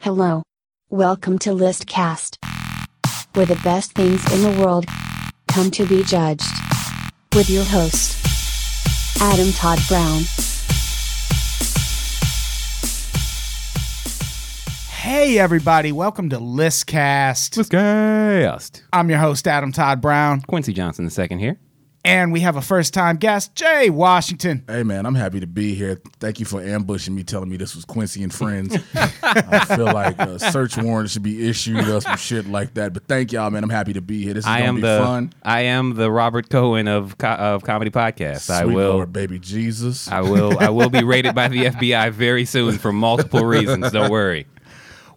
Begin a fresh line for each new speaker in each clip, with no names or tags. Hello. Welcome to Listcast. Where the best things in the world come to be judged. With your host, Adam Todd Brown.
Hey, everybody, welcome to Listcast.
Discussed.
I'm your host, Adam Todd Brown,
Quincy Johnson the second here.
and we have a first time guest, Jay Washington.
Hey man, I'm happy to be here. Thank you for ambushing me, telling me this was Quincy and Friends. I feel like a search warrant should be issued or some shit like that. But thank y'all, man. I'm happy to be here. This is
I
gonna
am
be
the
fun.
I am the Robert Cohen of co- of comedy podcast. I
Sweet
will
Lord, baby Jesus.
I will I will be rated by the FBI very soon for multiple reasons. Don't worry.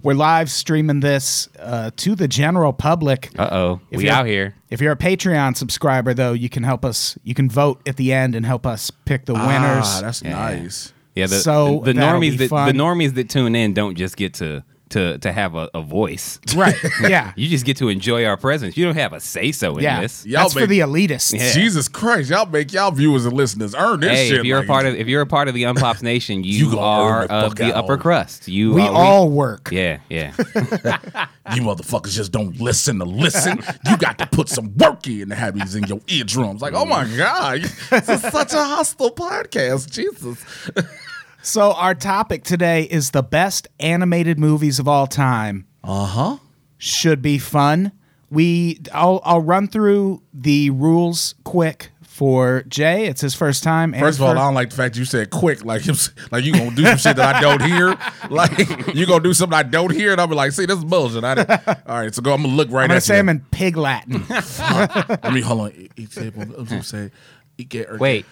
We're live streaming this uh, to the general public.
Uh oh,
If
we
you're-
out here.
If you're a Patreon subscriber, though, you can help us. You can vote at the end and help us pick the winners.
Ah, that's nice.
Yeah. The,
So
the, the
that'll be
normies that
fun.
the normies that tune in don't just get to to to have a, a voice.
right. Yeah.
You just get to enjoy our presence. You don't have a say so in
Yeah.
this.
Y'all
That's for
make-
the elitists.
Yeah.
Jesus Christ, y'all make y'all viewers and listeners earn this
Hey,
shit.
if you're a
like-
part of if you're a part of the Unpops Nation, you,
gonna
are
earn the
of
fuck
the
out.
upper crust. You
We
are,
all work.
yeah yeah.
you motherfuckers just don't listen to listen. you got to put some work in to have these in your eardrums. Like, oh my God. This is such a hostile podcast. Jesus.
So, our topic today is the best animated movies of all time.
Uh huh.
should be fun. We I'll I'll run through the rules quick for Jay. It's his first time. and
First of all,
for-
I don't like the fact you said quick. Like, you- like you gonna do some shit that I don't hear. Like you gonna do something I don't hear, and I'm like, see, this is bullshit. I didn't- all right, so go. I'm gonna look right
I'm gonna
at
say
you.
him in Pig Latin.
Let me hold on. Eat table. I'm gonna say, eat get. or-
Wait.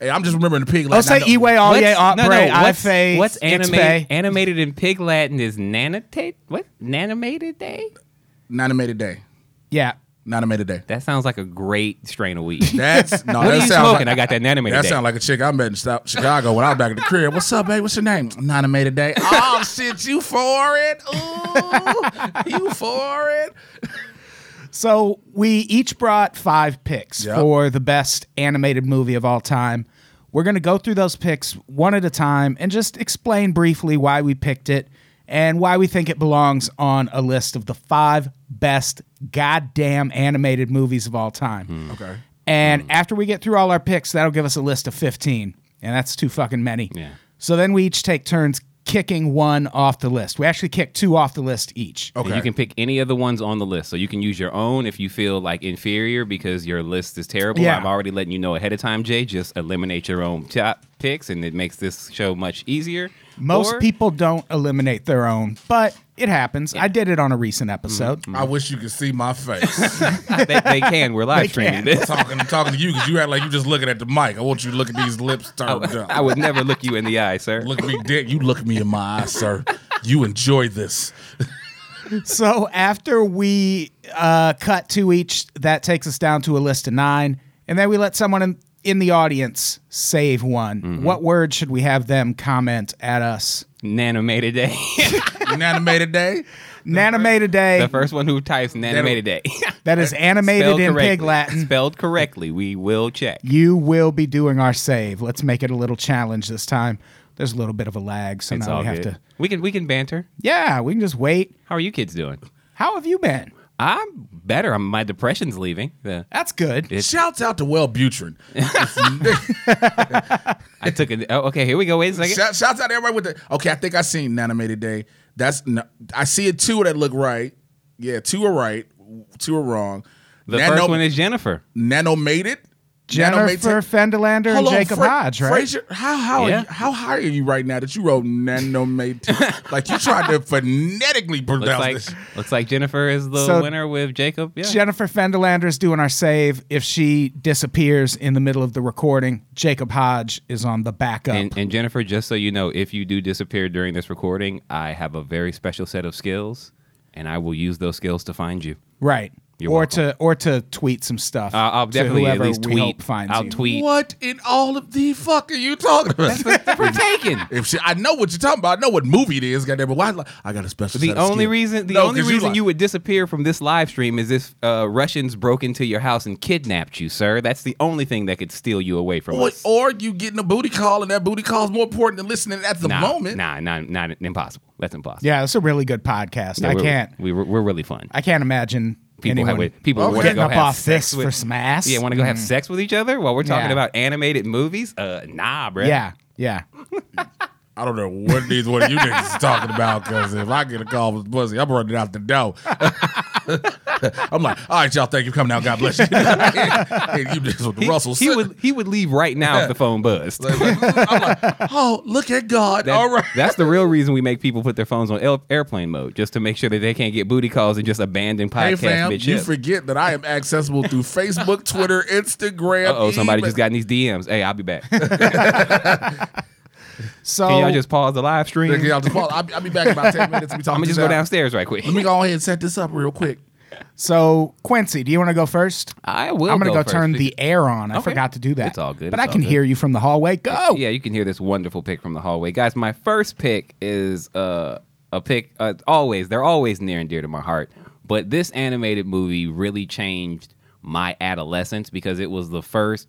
Hey, I'm just remembering the pig.
I'll
Latin. I
say
know-
Iwe Oye
What's-
Opre I
what's,
Fe.
what's
It's
animated?
Fe.
Animated in Pig Latin is nanitate. What nanimated day?
Nanimated day.
Yeah.
Nanimated day.
That sounds like a great strain of weed.
That's no.
what
that
are you
sounds
smoking? I
Like,
got that nanimated
That
day.
sound like a chick I met in Sta- Chicago when I was back at the crib. What's up, babe? What's your name? Nanimated day. Oh shit, you for it? Ooh, you for it?
So we each brought five picks
Yep.
for the best animated movie of all time. We're gonna go through those picks one at a time and just explain briefly why we picked it and why we think it belongs on a list of the five best goddamn animated movies of all time.
Hmm. Okay.
And after we get through all our picks, that'll give us a list of 15. And that's too fucking many.
Yeah.
So then we each take turns kicking one off the list. We actually kick two off the list each.
And
Okay.
You can pick any of the ones on the list, so you can use your own if you feel like inferior because your list is terrible.
Yeah.
I'm already letting you know ahead of time, Jay. Just eliminate your own top picks, and it makes this show much easier.
Most
Or-
people don't eliminate their own, but it happens. I did it on a recent episode.
Mm-hmm.
I wish you could see my face.
they, they can. We're live streaming this.
talking, talking to you because you act like you just looking at the mic. I want you to look at these lips turned up.
Oh, I would never look you in the eye, sir.
look at me, dick. You look at me in my eyes, sir. You enjoy this.
Mm-hmm.
So after we uh, cut two each, that takes us down to a list of nine. And then we let someone in, in the audience save one.
Mm-hmm.
What word should we have them comment at us?
Nanimated day.
Animated day.
Nanimated Day.
the first one who types nanimated day.
That is animated
Spelled
in
correctly.
Pig Latin.
Spelled correctly. We will check.
You will be doing our save. Let's make it a little challenge this time. There's a little bit of a lag, so
It's
now
all
we have
good.
to.
We can we can banter.
Yeah, we can just wait.
How are you kids doing?
How have you been?
I'm better. I'm, my depression's leaving. The,
That's good.
Shouts out to Wellbutrin. If-
I took a. Oh, okay, here we go. Wait a second.
Shout, shouts out to everybody with the. Okay, I think I seen animated day. That's no, I see it two that look right. Yeah, two are right, two are wrong.
The first one is Jennifer.
nanomated.
Jennifer
Nanomate-
Fenderlander and
Hold on,
Jacob
Fra-
Hodge, right?
Fraser, how how
Yeah.
are you, how high are you right now that you wrote nanomate? like you tried to phonetically pronounce
Looks like
this.
looks like Jennifer is the
So-
winner with Jacob. Yeah.
Jennifer Fenderlander is doing our save. If she disappears in the middle of the recording, Jacob Hodge is on the backup.
and, and Jennifer, just so you know, if you do disappear during this recording, I have a very special set of skills, and I will use those skills to find you.
right.
You're
or
welcome. Uh,
to or to tweet some stuff.
I'll- I'll
to
definitely at
whoever
least
we
tweet.
hope finds
I'll
you.
tweet.
What in all of the fuck are you talking about?
We're taken.
If she, I know what you're talking about. I know what movie it is. Goddamn, but why? I got a special.
The
set of
only
skills.
reason the
No,
only
'cause
reason you,
like-
would disappear from this live stream is if uh, Russians broke into your house and kidnapped you, sir. That's the only thing that could steal you away from
or,
us.
or you getting a booty call, and that booty call is more important than listening at the
nah,
moment.
Nah, nah, not impossible. That's impossible.
Yeah, it's a really good podcast. I
we're-
can't
We, we're, we're really fun.
I can't imagine
People have
anyone
it- people
Okay.
want to
getting
go
up
have
off
sex
this
with,
for some ass. Mm.
Yeah, want to go have sex with each other while we're talking
Yeah.
about animated movies? Uh, nah, bro.
yeah, yeah.
I don't know what these what you niggas is talking about because if I get a call from pussy, I'm running out the door. I'm like, all right, y'all, thank you for coming out. God bless you. and you just with the
He,
Russell.
he would he would leave right now if the phone buzzed.
I'm like, oh, look at God.
That-
all right.
That's the real reason we make people put their phones on air- airplane mode, just to make sure that they can't get booty calls and just abandon podcast
Hey fam,
mid-shift.
you forget that I am accessible through Facebook, Twitter, Instagram.
Uh oh, somebody
email.
just got in these DMs. Hey, I'll be back. Can
So
y'all just pause the live stream?
Oh. Look, y'all just pause. I'll, be- I'll be back in about ten minutes. We
I'm
talking.
gonna just
this
go
out.
downstairs right quick.
Let me go ahead and set this up real quick.
so Quincy, do you want to go first?
I will.
I'm gonna go,
first.
turn the air on. I
Okay.
forgot to do that.
It's all good.
But
It's
I can
all good.
hear you from the hallway. Go.
Yeah, you can hear this wonderful pick from the hallway, guys. My first pick is uh, a pick. Uh, always, they're always near and dear to my heart. But this animated movie really changed my adolescence because it was the first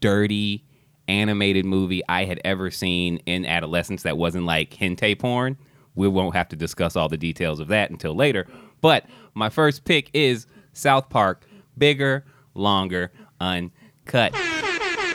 dirty animated movie I had ever seen in adolescence that wasn't like hentai porn. We won't have to discuss all the details of that until later. But my first pick is South Park: Bigger, Longer, Uncut.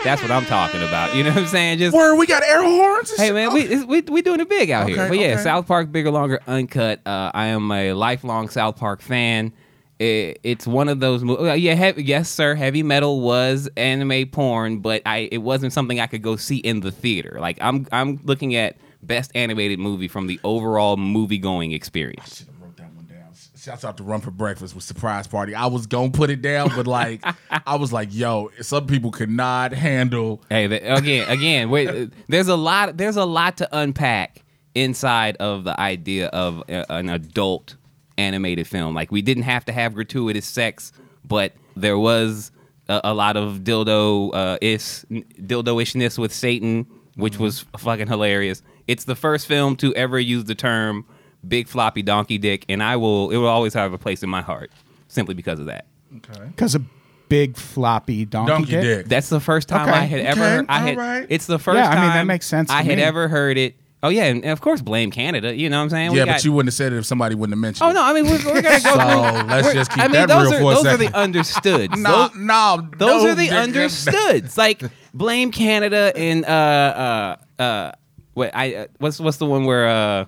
That's what I'm talking about. You know what I'm saying? Just
Word, we got air horns. and
hey
shit? Oh,
man, we it's- we we doing it big out here.
Okay,
But yeah,
okay.
South Park bigger, longer, uncut. Uh, I am a lifelong South Park fan. It, it's one of those movies. Yeah, heavy, yes, sir. Heavy metal was anime porn, but I it wasn't something I could go see in the theater. Like I'm I'm looking at best animated movie from the overall movie going experience.
Shit, I wrote that one down. Shouts out to Run for Breakfast with Surprise Party. I was gonna put it down, but like I was like, yo, some people could not handle
Hey, th- again, again, wait, there's a lot. There's a lot to unpack inside of the idea of a, an adult animated film. Like we didn't have to have gratuitous sex, but there was a, a lot of dildo uh, is dildoishness with Satan, which was fucking hilarious. It's the first film to ever use the term "big floppy donkey dick," and I will. It will always have a place in my heart simply because of that.
Because a big floppy donkey,
donkey dick.
That's the first time
Okay.
I had ever.
Okay,
I had.
alright.
It's the first
Yeah, I
time.
mean, that makes sense to
I had
me.
ever heard it. Oh yeah, and of course, blame Canada. You know what I'm saying? We
yeah,
got-
but you wouldn't have said it if somebody wouldn't have mentioned
Oh no, I mean we're, we're gonna go.
So,
through-
let's
we're-
just
I
keep
mean,
that
those
real
are,
for a
those are
second.
the understood.
it. No,
those,
no,
those
no,
are the
nigga.
understoods. like blame Canada and uh uh uh what I uh, what's what's the one where uh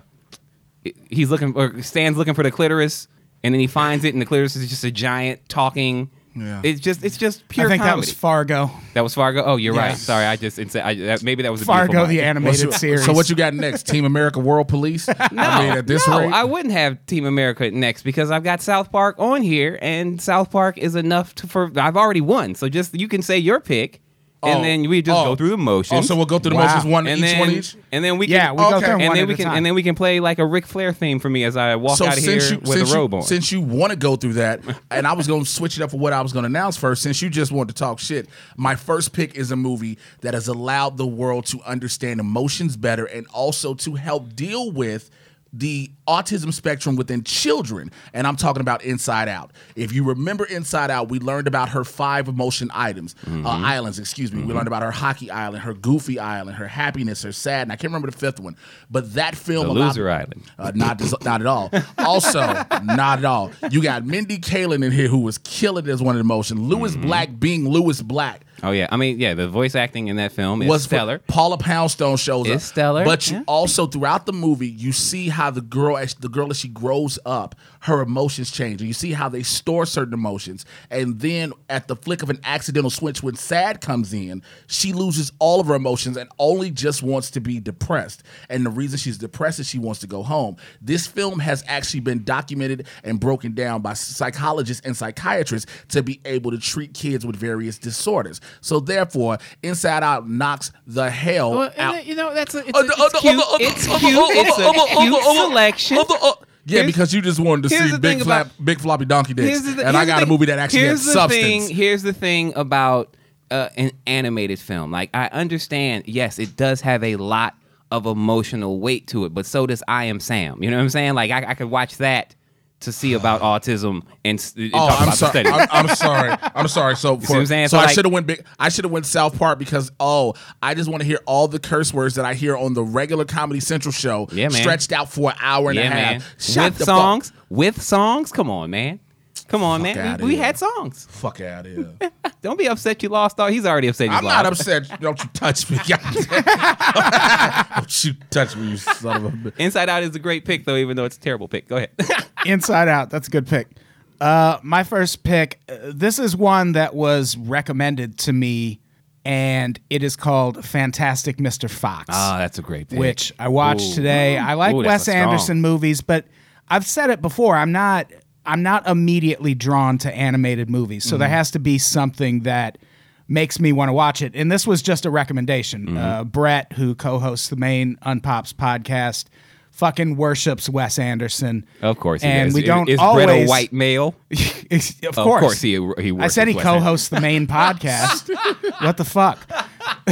he's looking or Stan's looking for the clitoris and then he finds it and the clitoris is just a giant talking.
Yeah.
It's just it's just pure.
I think
comedy.
that was Fargo.
That was Fargo. Oh, you're right.
Yes.
Sorry, I just insa- I, that, maybe that was a
Fargo,
beautiful mind.
the
What's
animated
your-
series.
So what you got next? Team America World Police?
No,
I mean, at this
no,
rate,
I wouldn't have Team America next because I've got South Park on here, and South Park is enough to, for. I've already won, so just you can say your pick, and
Oh,
then we just
oh.
go through the motions.
Oh, so we'll go through the
Wow.
motions one
and
each,
then,
one each.
and then we can,
yeah, we go
Okay.
through
and
one
then
at
we
a
can,
time.
and then we can play like a Ric Flair theme for me as I walk out of here with
since
a robe on.
Since you want to go through that, and I was going to switch it up for what I was going to announce first, since you just wanted to talk shit, my first pick is a movie that has allowed the world to understand emotions better and also to help deal with the autism spectrum within children and i'm talking about inside out if you remember inside out we learned about her five emotion items
Mm-hmm.
uh, islands excuse me we learned about her hockey island her goofy island her happiness her sad and i can't remember the fifth one but that film
The
allowed-
loser island.
uh, not des- not at all. Also, not at all. You got Mindy Kaling in here who was killing it as one of the motion. Lewis
Mm-hmm.
Black being Lewis Black
oh yeah, I mean yeah, the voice acting in that film is
was
stellar.
Paula Poundstone shows
Is
up.
stellar,
But you
yeah.
also throughout the movie, you see how the girl as the girl as she grows up, her emotions change. And you see how they store certain emotions. And then at the flick of an accidental switch when sad comes in, she loses all of her emotions and only just wants to be depressed. And the reason she's depressed is she wants to go home. This film has actually been documented and broken down by psychologists and psychiatrists to be able to treat kids with various disorders. So therefore, Inside Out knocks the hell
Well,
out.
and that- you know that's a, it's,
Uh,
a,
the-
it's
uh, the-
cute.
uh, the-
It's
uh,
cute.
uh,
It's
uh, uh,
a
uh,
cute
uh, uh,
selection.
uh, uh, Yeah,
Here's-
because you just wanted to
here's
see
the
big
thing
flap,
about-
big floppy donkey dicks,
Here's the thi-
and I
here's the
got a
thing-
movie that actually had
here's the
substance.
Thing, here's the thing about uh, an animated film. Like I understand, yes, it does have a lot of emotional weight to it, but so does I Am Sam. You know what I'm saying? Like I, I could watch that to see about autism and, s- and
Oh,
talk
I'm
about
sorry.
the study.
I'm, I'm sorry. I'm sorry. So,
what
for,
I'm saying?
so,
So,
I
like-
should have went big. I should have went South Park because oh, I just want to hear all the curse words that I hear on the regular Comedy Central show,
Yeah, man.
stretched out for an hour and a
yeah,
half.
man.
Shut
with
the
songs, with songs. Come on, man. Come on, man.
outta
We, we
here.
had songs.
Fuck, fuck out of here.
Don't be upset. You lost. All he's already upset. You
I'm
lost.
not upset. Don't you touch me. Don't you touch me, you son of a bitch.
Inside Out is a great pick, though, even though it's a terrible pick. Go ahead.
Inside Out. That's a good pick. Uh, my first pick. uh, This is one that was recommended to me, and it is called Fantastic Mr. Fox.
Ah,
that's a great pick.
which I watched
Ooh.
today. I like
Ooh, that's
Wes
a strong.
Anderson movies, but I've said it before. I'm not I'm not immediately drawn to animated movies, so
Mm-hmm.
there has to be something that makes me want to watch it. And this was just a recommendation.
Mm-hmm.
Uh, Brett, who co-hosts the main Unpops podcast, fucking worships Wes Anderson.
Of course, he
and
does.
we
Is-
don't
is
always.
Brett a white male?
of, course.
Oh, course he- he
I said he
worships Wes Anderson.
co-hosts the main podcast. what the fuck?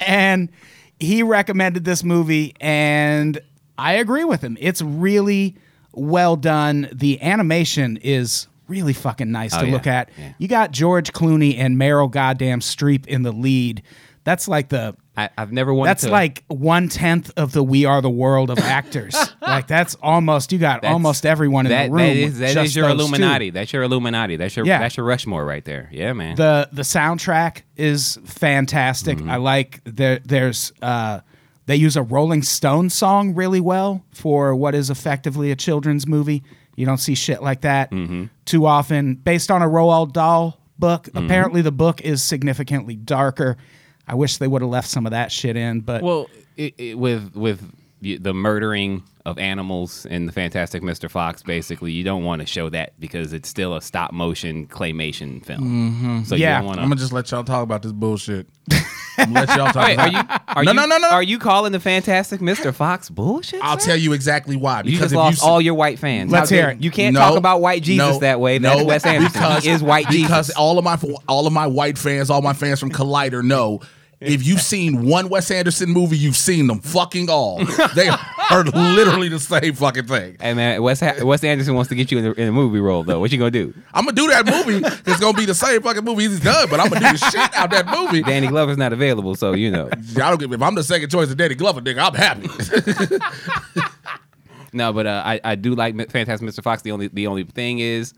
and he recommended this movie, and I agree with him. It's really well done. The animation is really fucking nice to
Oh, yeah.
look at.
Yeah.
You got George Clooney and Meryl Goddamn Streep in the lead. That's like the
I, I've never wanted.
that's
to,
like one tenth of the "We Are the World" of actors. like that's almost you got
that's-
almost everyone in
that,
the room.
That is,
with
that
just
is your
those two.
Illuminati. That's your Illuminati. That's your
Yeah.
that's your Rushmore right there. Yeah, man.
the the soundtrack is fantastic.
Mm-hmm.
I like there there's uh they use a Rolling Stone song really well for what is effectively a children's movie. You don't see shit like that
Mm-hmm.
too often. Based on a Roald Dahl book. Apparently the book is significantly darker. I wish they would have left some of that shit in, but
well, it, it, with with y- the murdering of animals in the Fantastic Mr. Fox, basically, you don't want to show that because it's still a stop motion claymation film.
Mm-hmm. Yeah.
So you don't
I'm
want
gonna
to.
just let y'all talk about this bullshit. I'm gonna let y'all talk
Are
about
you?
it.
Are
no,
you,
no, no, no.
Are you calling the Fantastic Mr. Fox bullshit?
I'll
sir?
tell you exactly why. Because
You just
if
lost
you,
all your white fans.
Let's
How
hear
dare-
it.
You can't
No,
talk about white Jesus
no,
that way. That's
no,
Wes Anderson. he is white
because
Jesus.
all of my all of my white fans, all my fans from Collider know. If you've seen one Wes Anderson movie, you've seen them fucking all. They are literally the same fucking thing.
Hey man, Wes, Wes Anderson wants to get you in, the, in a movie role though. What you gonna do?
I'm gonna do that movie. It's gonna be the same fucking movie he's done, but I'm gonna do the shit out that movie.
Danny Glover's not available, so you know.
I don't give if I'm the second choice of Danny Glover, nigga. I'm happy.
No, but uh, I I do like Mi- Fantastic Mr. Fox. The only the only thing is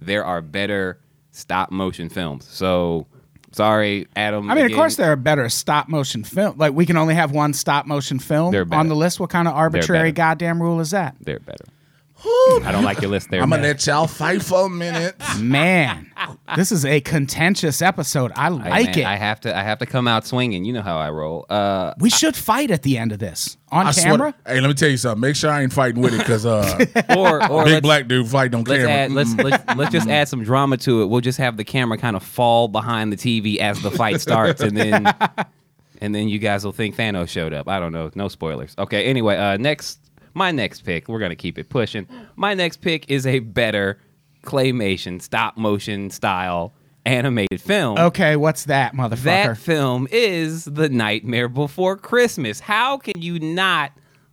there are better stop motion films. So sorry, Adam.
I mean, of
again,
course, there are better stop motion film. Like we can only have one stop motion film
They're better.
on the list. What kind of arbitrary
better.
goddamn rule is that,
they're better. I don't like your list there.
I'm gonna
man.
let y'all fight for a minute.
man? this is a contentious episode. I
Hey,
like
man,
it.
I have to I have to come out swinging. You know how I roll. Uh,
We should fight at the end of this on
I swear-
camera.
Hey, let me tell you something. Make sure I ain't fighting with it, cause uh,
or or
big
let's-
black dude fighting on
Let's
camera.
add, let's, let's let's just add some drama to it. We'll just have the camera kind of fall behind the TV as the fight starts, and then and then you guys will think Thanos showed up. I don't know. No spoilers. Okay. Anyway, uh, next my next pick. We're gonna keep it pushing. My next pick is a better claymation, stop motion style animated film.
Okay, what's that, motherfucker?
That film is The Nightmare Before Christmas. How can you not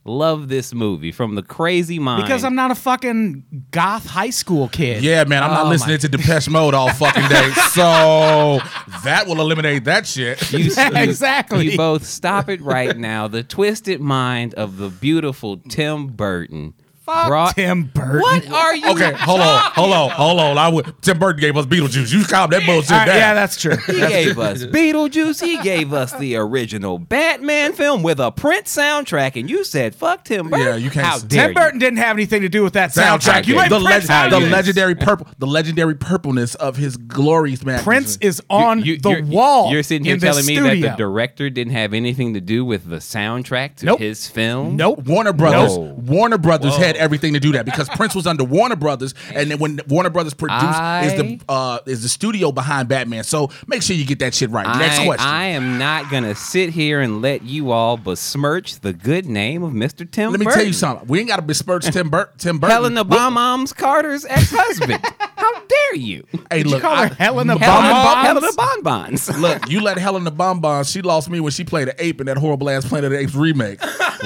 love this movie from the crazy mind?
because I'm not a fucking goth high school kid.
Yeah, man, I'm
Oh
not listening to Depeche Mode all fucking day. so that will eliminate that shit.
You- you-
Exactly.
You both stop it right now. The twisted mind of the beautiful Tim Burton. Fuck
Tim Burton.
What are you?
Okay, hold on, hold on, hold on. I would Tim Burton gave us Beetlejuice. You calm that bullshit
All right,
down.
yeah, that's true.
He gave us Beetlejuice. He gave us the original Batman film with a Prince soundtrack, and you said, "Fuck Tim Burton."
Yeah, you can't
How
s-
dare
Tim Burton didn't have anything to do with that soundtrack.
soundtrack.
You let
the,
Prince
leg-
out
the
of this.
legendary purple, the legendary purpleness of his glories, man.
Prince is
You?
on
You-
the
you're-
wall.
You're sitting here
in this
telling me
studio.
that the director didn't have anything to do with the soundtrack to
Nope.
his film.
Nope.
Warner Brothers.
Whoa.
Warner Brothers had had everything to do that because Prince was under Warner Brothers, and then when Warner Brothers produced is the uh, is the studio behind Batman. So make sure you get that shit right. Next
I,
question.
I am not gonna sit here and let you all besmirch the good name of Mr. Tim.
Let me
Burton.
tell you something. We ain't got to besmirch Tim, Bur- Tim Burton.
Helen Obama's Carter's ex-husband. How dare you?
Hey,
Did you
look,
call her
I-
Helena
Helen,
Bonham?
Helen the bonbons.
Look, you let Helen the Bomb Bomb. She lost me when she played an ape in that horrible ass Planet of the Apes remake.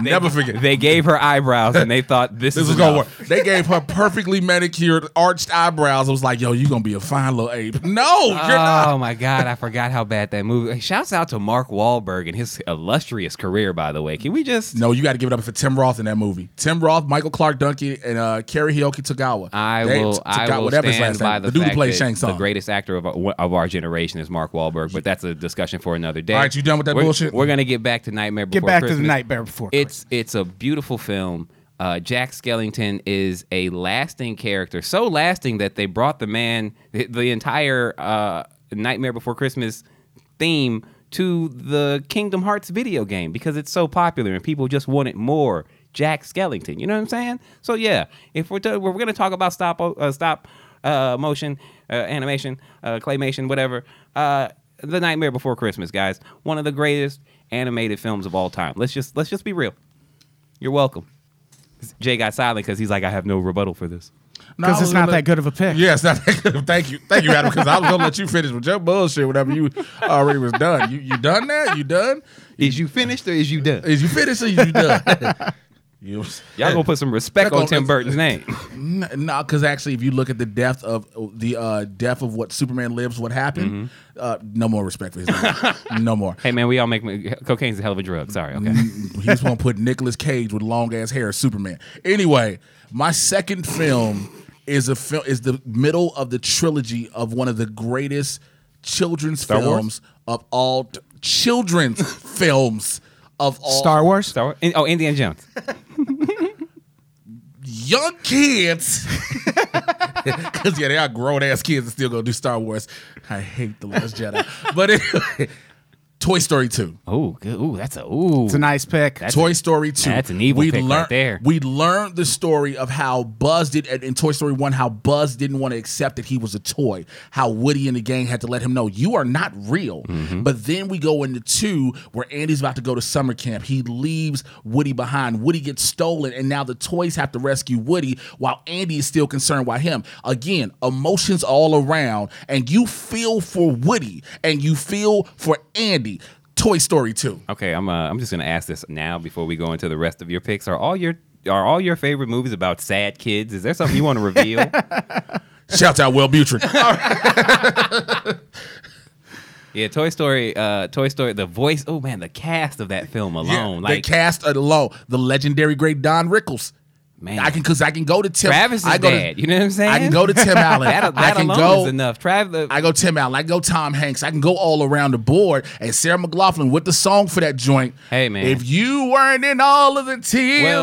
Never forget.
They gave her eyebrows and they thought this,
this
is
was gonna
enough.
work. They gave her perfectly manicured, arched eyebrows. I was like, yo, you gonna be a fine little ape. No, you're not.
Oh my God, I forgot how bad that movie. Shouts out to Mark Wahlberg and his illustrious career, by the way. Can we just?
No, you got to give it up for Tim Roth in that movie. Tim Roth, Michael Clark Duncan, and uh, Kerry Hioki Tagawa.
I
They-
will.
Tagawa,
I will
whatever his
stand
last name.
by the,
the dude who
fact
played
that
Shang Tsung.
the greatest actor of our, of our generation is Mark Wahlberg, but that's a discussion for another day.
All right, you done with that
We're-
bullshit?
We're gonna get back to Nightmare.
Get
Before
back to
Christmas.
the Nightmare Before
It's it's a beautiful film. Uh, Jack Skellington is a lasting character, so lasting that they brought the man, the, the entire uh, Nightmare Before Christmas theme to the Kingdom Hearts video game because it's so popular and people just wanted more Jack Skellington. You know what I'm saying? So yeah, if we're to, we're gonna talk about stop uh, stop uh, motion uh, animation, uh, claymation, whatever. Uh, the Nightmare Before Christmas, guys, one of the greatest animated films of all time. Let's just let's just be real. You're welcome. Jay got silent because he's like, I have no rebuttal for this.
No, I
because
was
it's not
gonna-
that good of a pick.
Yeah, it's not that good. Thank you, thank you, Adam. Because I was gonna let you finish with your bullshit. Whatever you already was done. You you done now? You done?
Is you finished or is you done?
Is you finished or you done? you.
Y'all gonna put some respect
Back on-
on Tim Burton's name.
No, because actually, if you look at the depth of the uh, depth of what Superman lives, what happened,
Mm-hmm.
uh, no more respect for his name. no more.
hey man, we all make cocaine's a hell of a drug. Sorry, okay.
He's gonna put Nicolas Cage with long ass hair as Superman. Anyway, my second film is a film is the middle of the trilogy of one of the greatest children's
Wars?
films of all t- children's films of all
Star Wars.
Star Wars- in- Oh, Indiana Jones.
young kids. Because, yeah, they are grown ass kids and still gonna do Star Wars. I hate The Last Jedi. But anyway, Toy Story 2.
Oh, good. Ooh, that's a ooh.
It's a nice pick.
Toy Story 2.
that's an evil pick right there.
We learned the story of how Buzz did in Toy Story 1, how Buzz didn't want to accept that he was a toy, how Woody and the gang had to let him know, you are not real.
Mm-hmm.
But then we go into 2, where Andy's about to go to summer camp. He leaves Woody behind. Woody gets stolen, and now the toys have to rescue Woody while Andy is still concerned about him. Again, emotions all around, and you feel for Woody and you feel for Andy. Toy Story 2.
Okay, I'm uh, I'm just gonna ask this now before we go into the rest of your picks. Are all your are all your favorite movies about sad kids? Is there something you want to reveal?
Shout out Will Butrin.
yeah, Toy Story, uh, Toy Story, the voice. Oh man, the cast of that film alone,
Yeah,
like
they cast alone the legendary great Don Rickles.
Man.
I can because I can go to Tim.
Travis is
I go
dad. you know what I'm saying?
I can go to Tim Allen.
that,
I
that
can
alone
go.
is enough. Travis,
I go Tim Allen. I go Tom Hanks. I can go all around the board. And Sarah McLaughlin with the song for that joint.
Hey, man.
if you weren't in all of the
Well,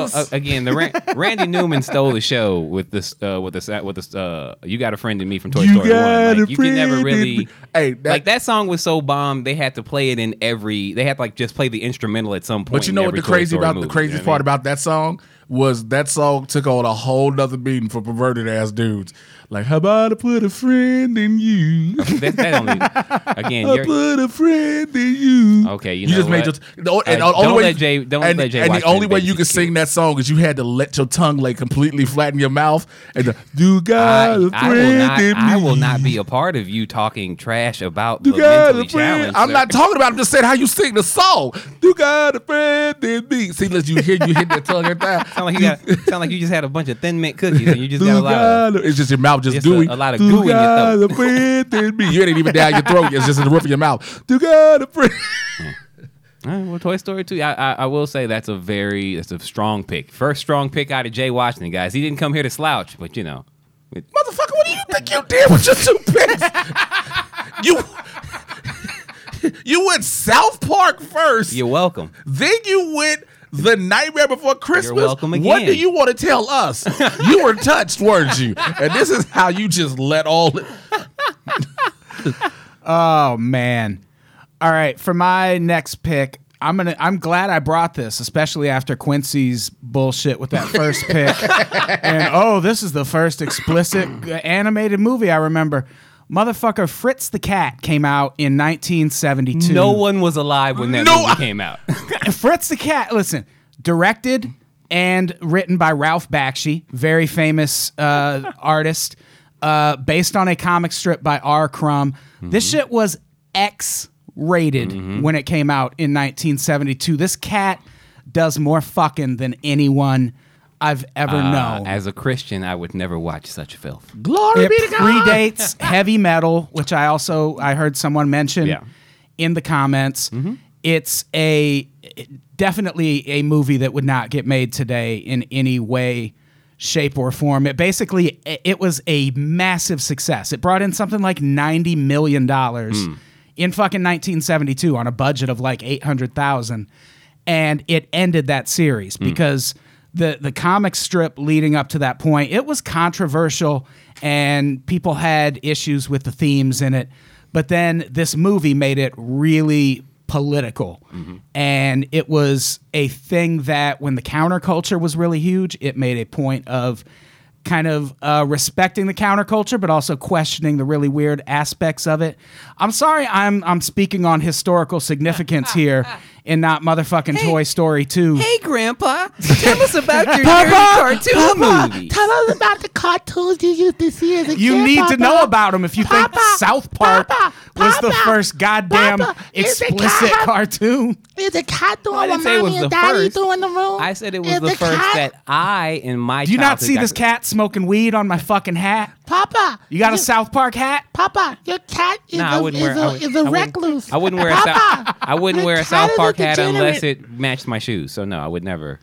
tears,
uh, again, the Ran- Randy Newman stole the show with this, uh, with this, uh, with this. Uh, you got a friend in me from Toy
You
Story One.
got a
Like, you can never
friend in
really,
me. Hey, that-
like that song was so bomb. They had to play it in every. They had to, like just play the instrumental at some point.
but you
in
know what
every
the
Toy
crazy
Story
about
movie,
the
you
craziest
know what I mean?
part about that song was that song took on a whole nother meaning for perverted ass dudes. Like, how about I put a friend in you?
that, that only, again,
I
you're,
put a friend in you.
Okay, you
you
know
just made your.
what?
the o- and
Uh,
the only
don't
way
let Jay- don't
and,
let Jay
And the
Washington
only way you
babysit
could sing that song is you had to let your tongue like completely flatten your mouth and the, you
I,
got a
I will
friend
not.
in me.
I will not be a part of you talking trash about the
You got
mentally
a friend.
challenged.
I'm
sir.
not talking about. it, I'm just saying how you sing the song. You got a friend in me. See, let you hear you hit that tongue every time.
Sound like you got. Sound like you just had a bunch of thin mint cookies and you just
You
got a lot of.
got a- it's just your mouth just
It's a-
gooey.
a lot of
You
goo in your
got
throat.
a friend in me. You ain't even down your throat. It's just in the roof of your mouth. You got a friend.
All right, well, Toy Story 2, I, I, I will say that's a very, that's a strong pick. First strong pick out of Jay Washington, guys. He didn't come here to slouch, but you know. it-
Motherfucker, what do you think you did with your two picks? you You went South Park first.
you're welcome.
Then you went the Nightmare Before Christmas.
welcome
What
again.
do you want to tell us? you were touched, weren't you? And this is how you just let all
Oh man. All right, for my next pick, I'm gonna. I'm glad I brought this, especially after Quincy's bullshit with that first pick. and oh, this is the first explicit animated movie I remember. Motherfucker, Fritz the Cat came out in 1972.
No one was alive when that movie came out.
Oh.
Fritz the Cat. Listen, directed and written by Ralph Bakshi, very famous uh, artist, uh, based on a comic strip by R. Crumb. This
Mm-hmm.
shit was X rated when it came out in 1972. This cat does more fucking than anyone I've ever
Uh,
known.
as a Christian, I would never watch such filth.
Glory
it predates heavy metal, which I also I heard someone mention
Yeah.
in the comments. It's a definitely a movie that would not get made today in any way, shape, or form. It basically it was a massive success. It brought in something like ninety million dollars in fucking nineteen seventy two on a budget of like eight hundred thousand, and it ended that series because the the comic strip leading up to that point it was controversial and people had issues with the themes in it but then this movie made it really political and it was a thing that when the counterculture was really huge it made a point of kind of uh, respecting the counterculture, but also questioning the really weird aspects of it. I'm sorry, I'm I'm speaking on historical significance here, and not motherfucking Toy Story two.
Hey, Grandpa, tell us about your dirty cartoon movies.
Tell us about the cartoons you used to see as a
You
kid,
need
Papa.
to know about them if you think South Park was the
Papa,
first goddamn
Papa, is it
explicit
cat-
cartoon.
Is the cat doing
I
what
didn't say it was
mommy
the
and daddy
first.
do in the room?
I said it was
Is
the first
cat-
that I in my
Do you not
childhood
see
got-
this cat smoking weed on my fucking hat?
Papa.
You got a South Park hat?
Papa, your cat is
Nah, I
a,
wouldn't
is
wear.
a,
I would,
is a
I wouldn't-
recluse.
I wouldn't wear a South. I wouldn't
your
wear a
cat
South
is a
Park hat unless
degenerate.
it matched my shoes. So no, I would never.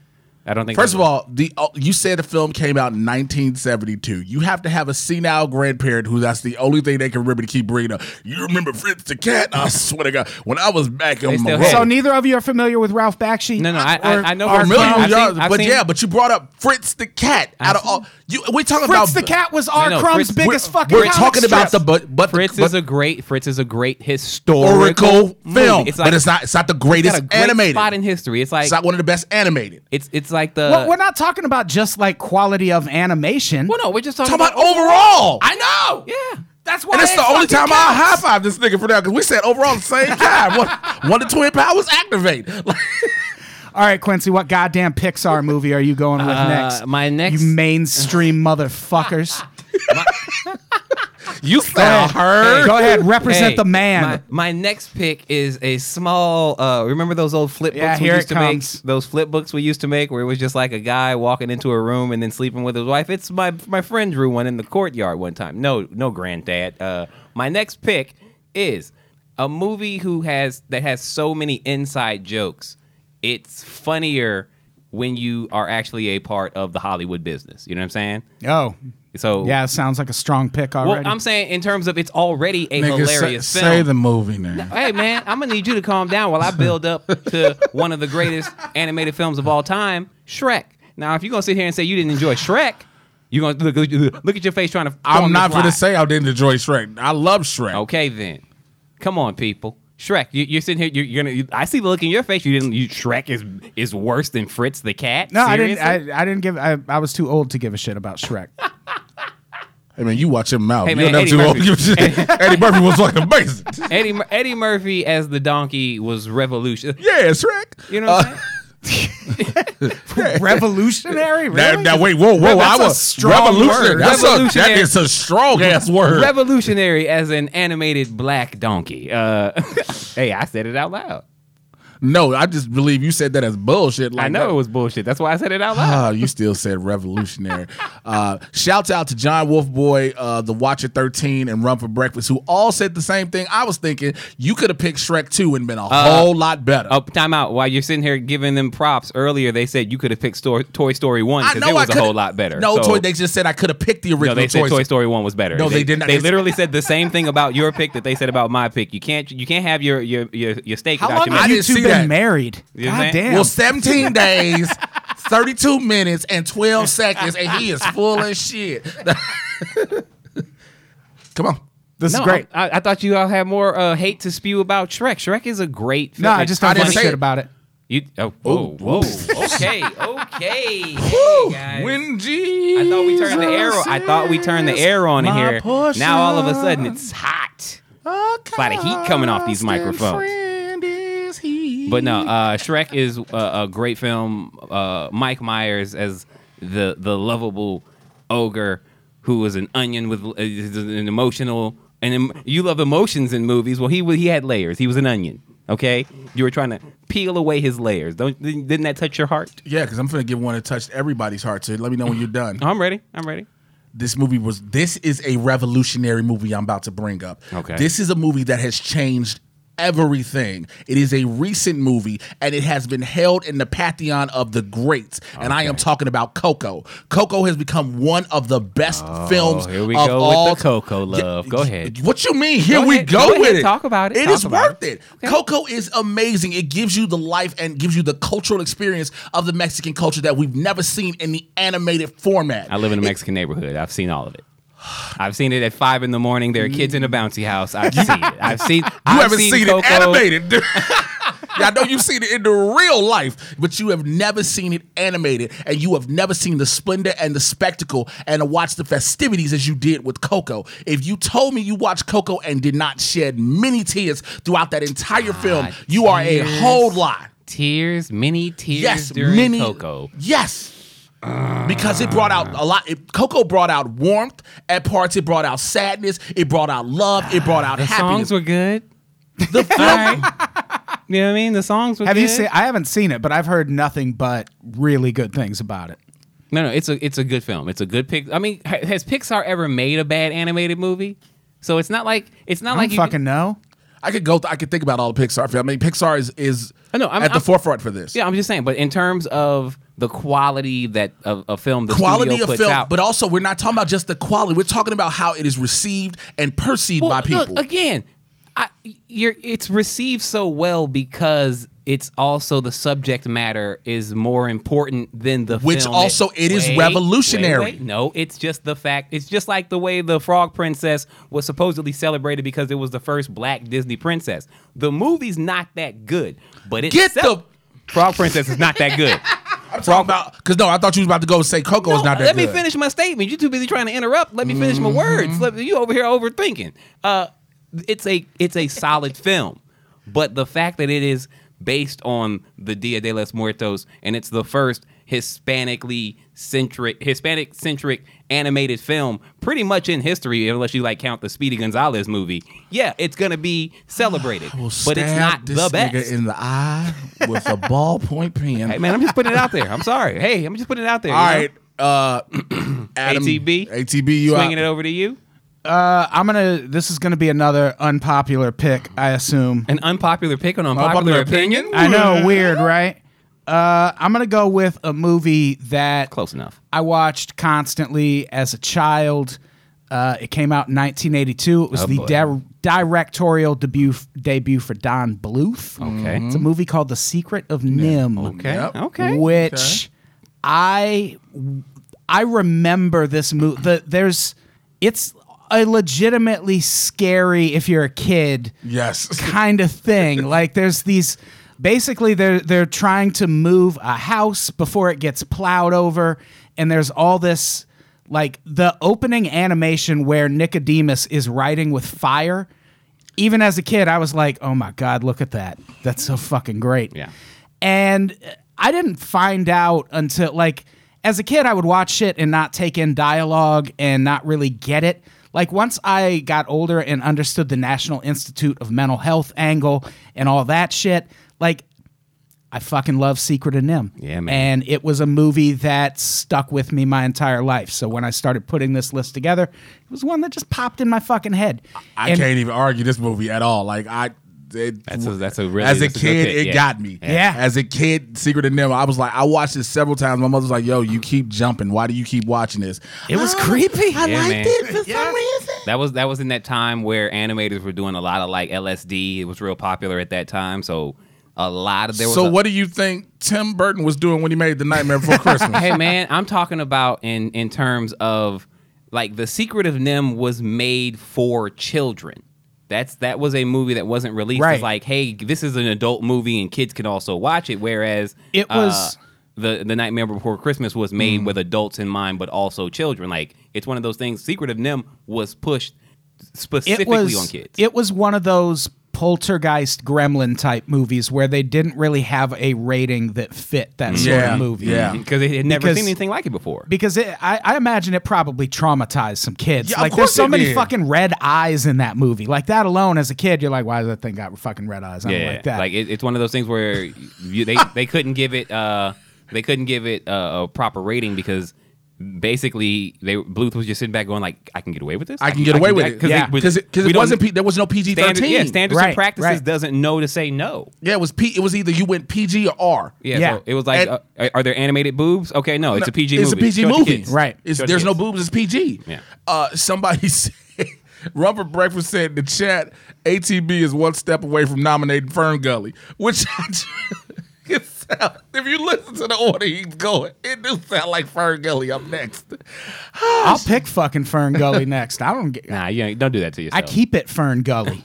I don't think.
First
I
of
would.
all, the oh, you said the film came out in 1972. You have to have a senile grandparent who that's the only thing they can remember to keep bringing up. You remember Fritz the cat? I swear to God, when I was back in
still
Monroe.
had
So
Hey.
neither of you are familiar with Ralph Bakshi?
No, no, I- I- I know
or
Ralph
A million
I've seen-
yards,
I've
but
seen-
yeah, but you brought up Fritz the cat. Out of all, you, we talking
Fritz
about
the Cat was R.
no,
Crumb's
Fritz-
biggest
we're-
fucking
We're
comic
talking about the
strip.
but but
Fritz
the, but
is a great. Fritz is a great
historical
historical movie.
film,
It's like,
but it's not it's not the
it's
greatest
got a great
animated.
spot in history. It's like
it's not one of the best animated.
it's it's like the. uh,
Well, we're not talking about just like quality of animation.
Well, no, we're just talking
Talking about
about
overall.
I know. Yeah,
That's why.
And it's
it
the only
fucking
time I
counts.
high five this nigga for now because we said overall the same time. One, one to twin powers activate. Like,
All right, Quincy, what goddamn Pixar movie are you going with next?
Uh, my next-
You mainstream motherfuckers.
you sound hurt.
Go ahead, represent
Hey,
the man.
My, my next pick is a small. Uh, remember those old flip books
Yeah,
we
here
used
it
to
comes.
make? Those flip books we used to make, where it was just like a guy walking into a room and then sleeping with his wife. It's my my friend drew one in the courtyard one time. No, no, granddad. Uh, my next pick is a movie who has that has so many inside jokes. It's funnier when you are actually a part of the Hollywood business. You know what I'm saying?
oh,
So
yeah, sounds like a strong pick
Well,
already.
I'm saying in terms of it's already a hilarious
say,
film
the movie now.
hey man, I'm gonna need you to calm down while I build up to one of the greatest animated films of all time, Shrek. Now, if you're gonna sit here and say you didn't enjoy Shrek, you're gonna look, look, look at your face trying to.
I'm not
going
gonna say I didn't enjoy Shrek. I love Shrek.
Okay, then, come on, people. Shrek, you, you're sitting here. You're, you're gonna. You, I see the look in your face. You didn't. You, Shrek is is worse than Fritz the cat.
no,
Seriously?
I didn't. I, I didn't give. I, I was too old to give a shit about Shrek.
Hey man, you watch your mouth.
Hey, man,
You're never
Eddie
too old.
Murphy.
Eddie Murphy was fucking amazing.
Eddie Mur- Eddie Murphy as the donkey was revolution.
Yeah, Shrek.
You know what I'm
Uh,
saying?
Revolutionary,
Now,
really?
now wait, whoa,
Rev-
whoa! I
that's a
was
strong
revolutionary.
word.
That's a, that
Revolutionary.
is a strong ass word.
revolutionary as an animated black donkey. Uh, hey, I said it out loud.
no, I just believe you said that as bullshit. Like
I know it was bullshit. That's why I said it out loud.
Ah, you still said revolutionary. uh, shouts out to John Wolfboy, uh, The Watcher 13, and Run for Breakfast, who all said the same thing. I was thinking you could have picked Shrek 2 and been a whole lot better.
Uh, Oh, time out. While you're sitting here giving them props, earlier they said you could have picked Stor- Toy Story 1 because it was a
coulda-
whole lot better.
No,
So-
toy, they just said I could have picked the
no,
original
they said
Toy
Toy
Story.
Story 1 was better.
No, they did not.
They
They-
literally said the same thing about your pick that they said about my pick. You can't you can't have your your your, your steak
How
without
long
your
have
I
you
didn't
two
see
been
that.
married?
You know
God
what I'm saying?
damn.
Well, 17 days, 32 minutes, and 12 seconds, and he is full of shit. Come on.
This
no,
is great.
I, I thought you all had more uh, hate to spew about Shrek. Shrek is a great film.
no, I just don't
I
give a
didn't say
shit
it.
about it.
You, oh, whoa, whoa. okay, okay. Hey, guys.
When G.
I thought we turned the air. I thought we turned the air on in
My
here. Now all of a
portion.
sudden it's hot. A lot of heat coming off these microphones. But no, uh, Shrek is a, a great film. Uh, Mike Myers as the the lovable ogre who is an onion with is an emotional and em- you love emotions in movies. Well, he wa- he had layers. He was an onion. Okay, you were trying to peel away his layers. Don't didn't didn't that touch your heart?
Yeah, because I'm finna give one that touched everybody's heart. So let me know when you're done.
I'm ready. I'm ready.
this movie was this is a revolutionary movie I'm about to bring up.
Okay.
This is a movie that has changed everything. It is a recent movie and it has been held in the pantheon of the greats. And I am talking about Coco. Coco has become one of the best films
Oh, here we
of
go with
all
the Coco love. Go ahead.
What you mean? Here
Go
we
ahead.
go,
Go
with
ahead.
it.
Talk about it.
It
Talk
is
about
worth
it.
it.
Okay.
Coco is amazing. It gives you the life and gives you the cultural experience of the Mexican culture that we've never seen in the animated format.
I live in a Mexican neighborhood. I've seen all of it. I've seen it at five in the morning. There are kids in a bouncy house. I've seen it. I've seen. You
You
I've
haven't seen, it
Coco.
animated. dude. Yeah, I know you've seen it in the real life, but you have never seen it animated, and you have never seen the splendor and the spectacle and to watch the festivities as you did with Coco. If you told me you watched Coco and did not shed many tears throughout that entire film, you are a
tears.
whole lie.
Tears, many tears
Yes,
during
many
Coco.
Yes. Because it brought out a lot. It, Coco brought out warmth at parts. It brought out sadness. It brought out love. It brought out
The
happiness.
songs were good.
the film,
All right. you know what I mean? The songs were
Have
good.
you seen? I haven't seen it, but I've heard nothing but really good things about it.
No, no, it's a it's a good film. It's a good pic. I mean, ha- has Pixar ever made a bad animated movie? So it's not like it's not
I
like
don't
you
fucking know.
I could go. Th- I could think about all the Pixar. films. I mean, Pixar is is
I know, I'm-
at the
I'm-
forefront for this.
yeah, I'm just saying. But in terms of the quality that of a film, the
Quality
studio
of
puts
film,
out,
but also we're not talking about just the quality. We're talking about how it is received and perceived by
look,
people.
again, I, you're, it's received so well because it's also the subject matter is more important than the
Which
film
also it is revolutionary.
No, it's just the fact. It's just like the way the Frog Princess was supposedly celebrated because it was the first Black Disney princess. The movie's not that good, but it
Get
sell-
the-
Frog Princess is not that good.
I'm talking about because no, I thought you was about to go and say Coco is
No,
not that
let
good. Mm-hmm.
me finish my statement. You're too busy trying to interrupt. Let me finish my words. Let- you over here overthinking. Uh, it's a it's a solid film, but the fact that it is based on the Dia de los Muertos and it's the first Hispanically centric Hispanic centric animated film pretty much in history unless you like count the Speedy Gonzalez movie. Yeah, it's going to be celebrated. but it's
Stab
not
this
the
nigga
best.
in the eye with a ballpoint pen.
hey man, I'm just putting it out there. I'm sorry. Hey, I'm just putting it out there.
all
you know?
right, uh, Adam,
ATB?
ATB, you
Swinging
out.
it over to you.
Uh, I'm gonna. This is gonna be another unpopular pick, I assume.
An unpopular pick on unpopular,
Unpopular
opinion?
I know, weird, right? Uh, I'm gonna go with a movie that
Close enough.
I watched constantly as a child. Uh, it came out in 1982. It was
Oh,
the
boy.
di- directorial debut debut for Don Bluth.
Okay.
it's a movie called The Secret of Nim.
Okay. Okay.
which I I remember this movie. The, there's it's a legitimately scary if you're a kid
Yes.
kind of thing. like there's these basically they're they're trying to move a house before it gets plowed over and there's all this like the opening animation where Nicodemus is writing with fire. Even as a kid, I was like, "Oh my god, look at that. That's so fucking great."
Yeah.
And I didn't find out until like as a kid I would watch shit and not take in dialogue and not really get it. Like once I got older and understood the National Institute of Mental Health angle and all that shit, like I fucking love Secret of Nim.
Yeah, man.
And it was a movie that stuck with me my entire life. So when I started putting this list together, it was one that just popped in my fucking head.
I
And-
can't even argue this movie at all. Like I, it,
That's a- that's a really-
as a
that's a good
kid,
pick,
it
yeah.
got me.
Yeah.
as a kid, Secret of Nemo. I was like, I watched this several times. My mother's like, Yo, you keep jumping. Why do you keep watching this?
It was creepy.
I
Yeah,
liked
man.
it for some reason.
That was that was in that time where animators were doing a lot of like LSD. It was real popular at that time, so a lot of there was.
So
a-
what do you think Tim Burton was doing when he made The Nightmare Before Christmas?
Hey man, I'm talking about in in terms of like The Secret of Nim was made for children. That's that was a movie that wasn't released
Right.
as like, hey, this is an adult movie and kids can also watch it. Whereas
It
uh,
was- Mm.
the the Nightmare Before Christmas was made with adults in mind, but also children. Like it's one of those things. Secret of Nim was pushed specifically
it was
on kids.
it was one of those poltergeist gremlin type movies where they didn't really have a rating that fit that sort
Mm. Yeah,
of movie.
yeah.
because they had never
Because-
seen anything like it before.
Because it, I, I imagine it probably traumatized some kids.
Yeah, of
like, there's
course
so
it
many
did.
fucking red eyes in that movie. Like that alone, as a kid, you're like, why does that thing got fucking red eyes? I don't
yeah,
like that.
it, it's one of those things where you, they they couldn't give it uh they couldn't give it uh, a proper rating because basically they Bluth was just sitting back going like I can get away with this
I can get away with it.
because
Yeah.
because it, 'cause it wasn't P, there was no PG
standard,
thirteen.
yeah standards and
Right,
practices
right.
doesn't know to say no
Yeah, it was P. It was either you went PG or R.
yeah,
Yeah.
So it was like
And-
uh, are- are there animated boobs okay no it's a PG
it's
movie
a PG
Show it to
movie,
kids.
Right.
It's,
Show it to
there's no
kids.
boobs. It's PG.
Yeah.
Uh, somebody said. Robert Breakfast said in the chat, ATB is one step away from nominating Fern Gully, which I just- it sound, if you listen to the order he's going, it do sound like Fern Gully up next.
I'll pick fucking Fern Gully next. I don't get.
nah you ain't- don't do that to yourself
I keep it Fern Gully.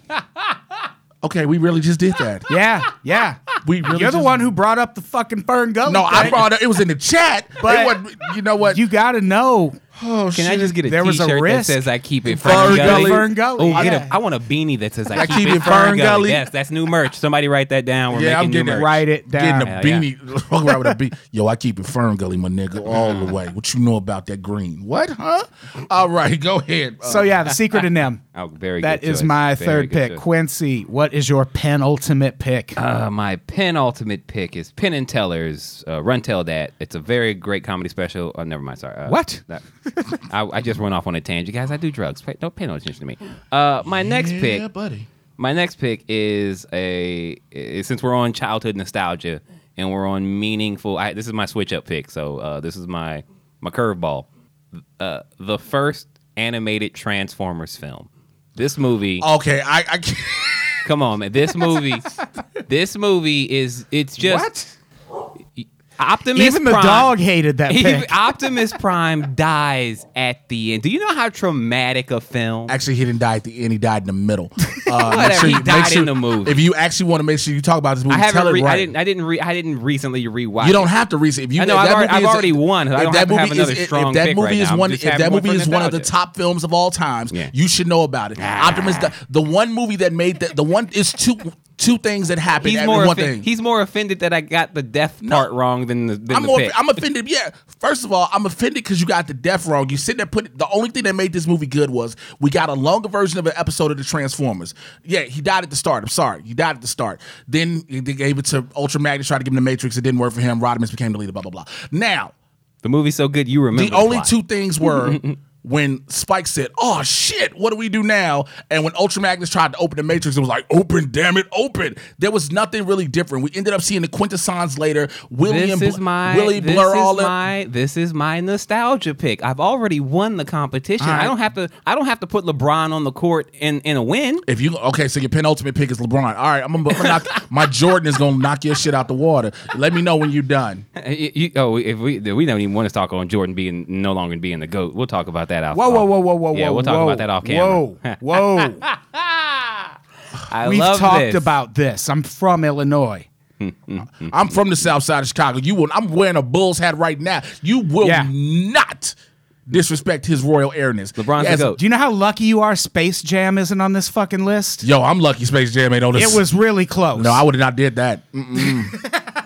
Okay, we really just did that.
Yeah, yeah.
We really
You're the
just-
one who brought up the fucking Fern Gully.
No, I
thing.
brought it. It was in the chat,
But-
but it wasn't, you know what?
You got to know.
oh,
can I just get a
There was a
shirt that
risk.
says I keep it
Fern
Fern Gully?
Gully.
Fern Gully,
Oh, get
yeah.
a, I want a beanie that says I, keep, it Fern Gully. Yes, that's new merch. Somebody write that down. We're
Yeah, I'm
making new
getting it
merch.
Write it down.
Getting a
Hell yeah.
beanie, walking around with a beanie. Yo, I keep it firm, Gully, my nigga, all the way. What you know about that green? What, huh? All right, go ahead. Uh,
so yeah, the secret in them.
Oh, very
That
good
is
choice.
my
Very
third
good
pick.
choice.
Quincy, what is your penultimate pick?
Uh, my penultimate pick is Penn and Teller's uh, Run Tell That. It's a very great comedy special. Oh, never mind. Sorry. Uh,
What?
that- I, I just went off on a tangent, guys. I do drugs. Pay- Don't pay no attention to me. Uh, my next
yeah,
pick.
buddy.
My next pick is a is- since we're on childhood nostalgia and we're on meaningful. I, this is my switch up pick, so uh, this is my my curveball. Uh, the first animated Transformers film. This movie.
Okay, I, I can't.
Come on, man. This movie. this movie is it's just Optimus
Even the
Prime-
dog hated that
Even
pick.
Optimus Prime dies at the end. Do you know how traumatic a film?
Actually, he didn't die at the end. He died in the middle. Uh,
Whatever, he
make
died in the movie.
If you actually want to make sure you talk about this movie,
I haven't.
tell it
Re-
right.
I didn't. I didn't. Re- I didn't recently rewatch.
you don't
it.
have to reason. If you,
I know,
if
I've
that
already-
movie
I've
is a-
already won. I
if
don't
that
have to have
movie
another
is- if-
strong
If that
pick
movie
right
is
now. I'm
one, if
just having
that
one
movie
for
is one of the
nostalgia.
top films of all times,
Yeah. Ah.
you should know about it. Optimus, the, the one movie that made the, the one is two two things that happened.
He's
at
more.
one
offe-
thing.
He's more offended that I got the death part wrong than the. Than
I'm,
the
off-
pick.
I'm offended. Yeah. First of all, I'm offended because you got the death wrong. You sit there put the only thing that made this movie good was we got a longer version of an episode of the Transformers. Yeah, he died at the start. I'm sorry, he died at the start. Then they gave it to Ultra Magnus, tried to give him the Matrix. It didn't work for him. Rodimus became the leader. Blah blah blah. Now
the movie's so good you remember.
the only
plot.
two things were when Spike said, "Oh shit, what do we do now?" and when Ultra Magnus tried to open the Matrix, it was like, "Open, damn it, open." There was nothing really different. We ended up seeing the quintessence later. William
This is
Bl-
my.
Willie
this
Blur
is
all in.
my. This is my nostalgia pick. I've already won the competition.
All right.
I don't have to. I don't have to put LeBron on the court in in a win.
If you okay, so your penultimate pick is LeBron. All right, I'm gonna, I'm gonna knock my Jordan is gonna knock your shit out the water. Let me know when you're done.
You- you- oh, if we we don't even want to talk on Jordan being no longer being the goat. We'll talk about that off.
Whoa, whoa,
off-
whoa, whoa, whoa,
Yeah,
whoa,
we'll talk
whoa,
about that off camera.
Whoa, whoa.
I
We've
love
talked
this.
about this. I'm from Illinois.
I'm from the South Side of Chicago. You will. I'm wearing a Bulls hat right now. You will
Yeah.
not disrespect his royal airness.
LeBron's the
As-
goat.
Do you know how lucky you are Space Jam isn't on this fucking list?
Yo, I'm lucky Space Jam ain't on this.
It was really close.
No, I would have not did that.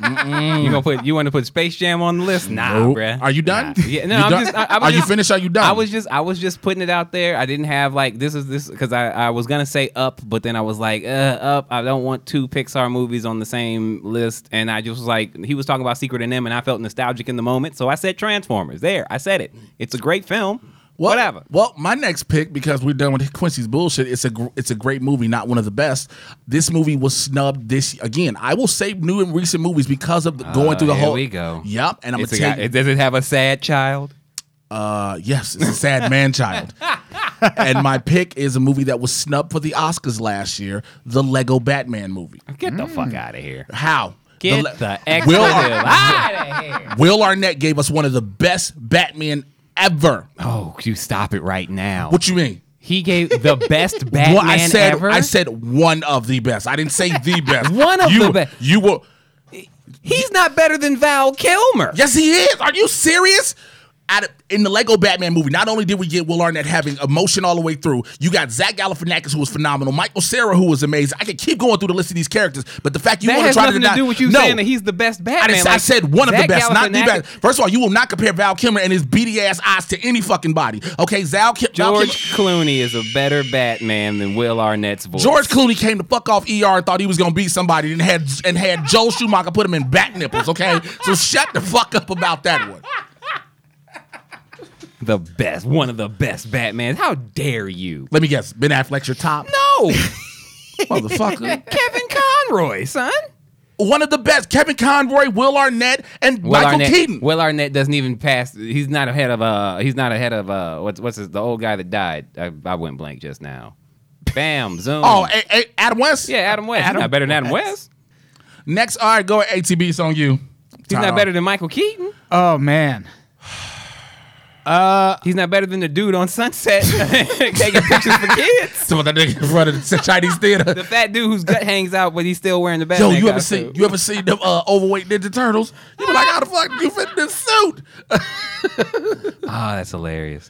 You gonna put you want to put Space Jam on the list? Nah,
Nope.
bruh.
Are you done?
Nah. Yeah, no,
You
I'm
done?
just. I, I was
Are you
just-
finished? Are you done?
I was just. I was just putting it out there. I didn't have like this is this because I I was gonna say up, but then I was like uh, up. I don't want two Pixar movies on the same list, and I just was like he was talking about Secret and M, and I felt nostalgic in the moment, so I said Transformers. There, I said it. It's a great film.
Well-
Whatever.
Well, my next pick because we're done with Quincy's bullshit. It's a gr- it's a great movie, not one of the best. This movie was snubbed this again. I will say new and recent movies because of the, going through the
Oh, here
whole.
we go.
Yep, and I'm
It's a
gonna tell
guy-
you,
it- does it have a sad child?
uh, yes, it's a sad man child. and my pick is a movie that was snubbed for the Oscars last year, the Lego Batman movie.
Get the fuck out of here.
How?
Get
Le-
the, the
Will,
out of here.
Will Arnett gave us one of the best Batman ever.
Oh, you stop it right now.
What you mean?
He gave the best Batman
Well, I said
ever.
I said one of the best. I didn't say the best.
One of
you,
the best.
You were
he's not better than Val Kilmer.
Yes, he is. Are you serious? Out of, in the Lego Batman movie, not only did we get Will Arnett having emotion all the way through, you got Zach Galifianakis who was phenomenal, Michael Sarah who was amazing. I could keep going through the list of these characters, but the fact you
that
want to
has
try
nothing to,
deny-
do with you
no,
saying that he's the best Batman.
I, didn't, say- I
Like,
said one of the
Zach
best, not the
Galifianakis-
best. First of all, you will not compare Val Kilmer and his beady ass eyes to any fucking body. Okay, Zal Ki- Val Kilmer.
George Clooney is a better Batman than Will Arnett's voice.
George Clooney came to fuck off ER and thought he was gonna beat somebody and had and had Joel Schumacher put him in bat nipples. Okay, so shut the fuck up about that one.
the best, one of the best Batmans. How dare you?
Let me guess, Ben Affleck's your top
No,
motherfucker.
Kevin Conroy, son.
one of the best, Kevin Conroy, Will Arnett, and
Will
Michael
Arnett,
Keaton.
Will Arnett doesn't even pass. He's not ahead of. Uh, he's not ahead of. Uh, what's what's his, the old guy that died? I, I went blank just now. Bam, zoom.
oh, a- a- Adam West.
yeah, Adam West.
Adam
he's not better than Adam
West.
West.
Next, all right, go at ATB. It's on you.
He's not better than Michael Keaton.
Oh man.
He's not better than the dude on Sunset taking pictures for kids.
Some of that nigga in front of the Chinese
The
theater.
fat dude whose gut hangs out, but he's still wearing the
Yo,
Batman.
you ever
costume.
seen you ever seen them uh, overweight Ninja Turtles? You be like, how the fuck you fit in this suit?
Ah, that's hilarious.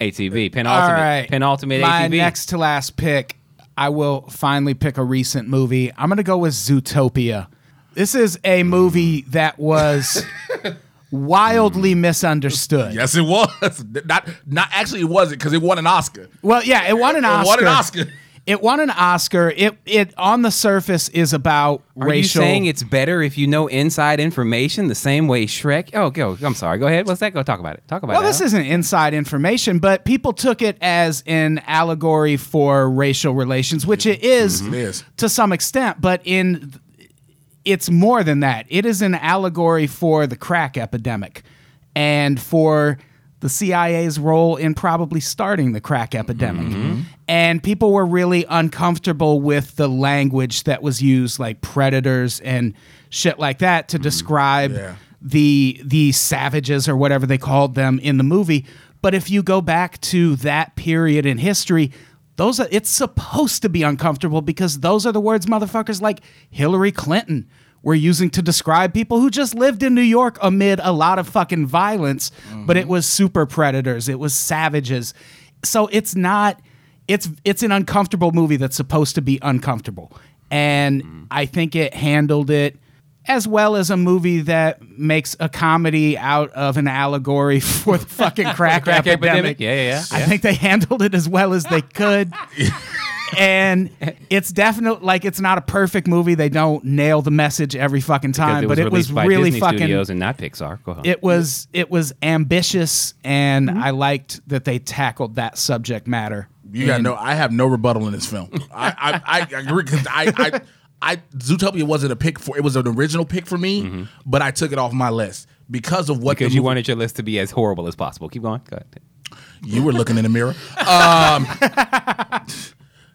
ATV penultimate.
All right.
Penultimate
My
ATV.
next to last pick, I will finally pick a recent movie. I'm going to go with Zootopia. This is a movie that was wildly misunderstood.
Yes, it was. Not not actually, it wasn't because it won an Oscar.
Well, yeah, it won an
It
Oscar.
won an Oscar.
It won an Oscar. It it on the surface is about
Are
racial.
you saying it's better if you know inside information the same way Shrek? Oh, go. I'm sorry. Go ahead. What's that? Go talk about it. Talk about
well,
it.
this
Al.
isn't inside information, but people took it as an allegory for racial relations, which it is
Mm-hmm. It is.
to some extent, but in it's more than that. It is an allegory for the crack epidemic and for the CIA's role in probably starting the crack epidemic. And people were really uncomfortable with the language that was used, like predators and shit like that, to describe
Yeah.
the the savages or whatever they called them in the movie. But if you go back to that period in history, those are it's supposed to be uncomfortable because those are the words motherfuckers like Hillary Clinton were using to describe people who just lived in New York amid a lot of fucking violence, but
Mm-hmm.
it was super predators, it was savages. So it's not it's it's an uncomfortable movie that's supposed to be uncomfortable. And
Mm-hmm.
I think it handled it as well as a movie that makes a comedy out of an allegory for the fucking crack,
crack
epidemic.
epidemic. Yeah, yeah, yeah.
I think they handled it as well as they could. and it's definitely like it's not a perfect movie. They don't nail the message every fucking time, but it was
released by
really
Disney
fucking
Studios and not Pixar. Go ahead.
it was it was ambitious and
Mm-hmm.
I liked that they tackled that subject matter.
You got no. I have no rebuttal in this film. I I I, I agree 'cause I, I I Zootopia wasn't a pick for. It was an original pick for me, but I took it off my list because of what
Mm-hmm. because
the
you
movie-
wanted your list to be as horrible as possible. Keep going. Go ahead.
you were looking in the mirror. Um,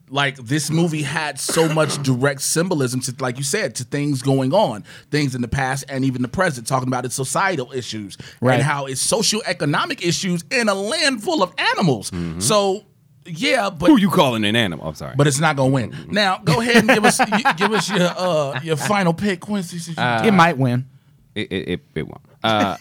like this movie had so much direct symbolism to, like you said, to things going on, things in the past and even the present, talking about its societal issues
Right.
and how it's socioeconomic issues in a land full of animals.
Mm-hmm.
So yeah, but
you calling an animal? I'm sorry.
but it's not gonna win.
Mm-hmm.
Now go ahead and give us y- give us your uh, your final pick, Quincy. since
Uh,
you-
it might win.
It, it, it, it won't. Uh,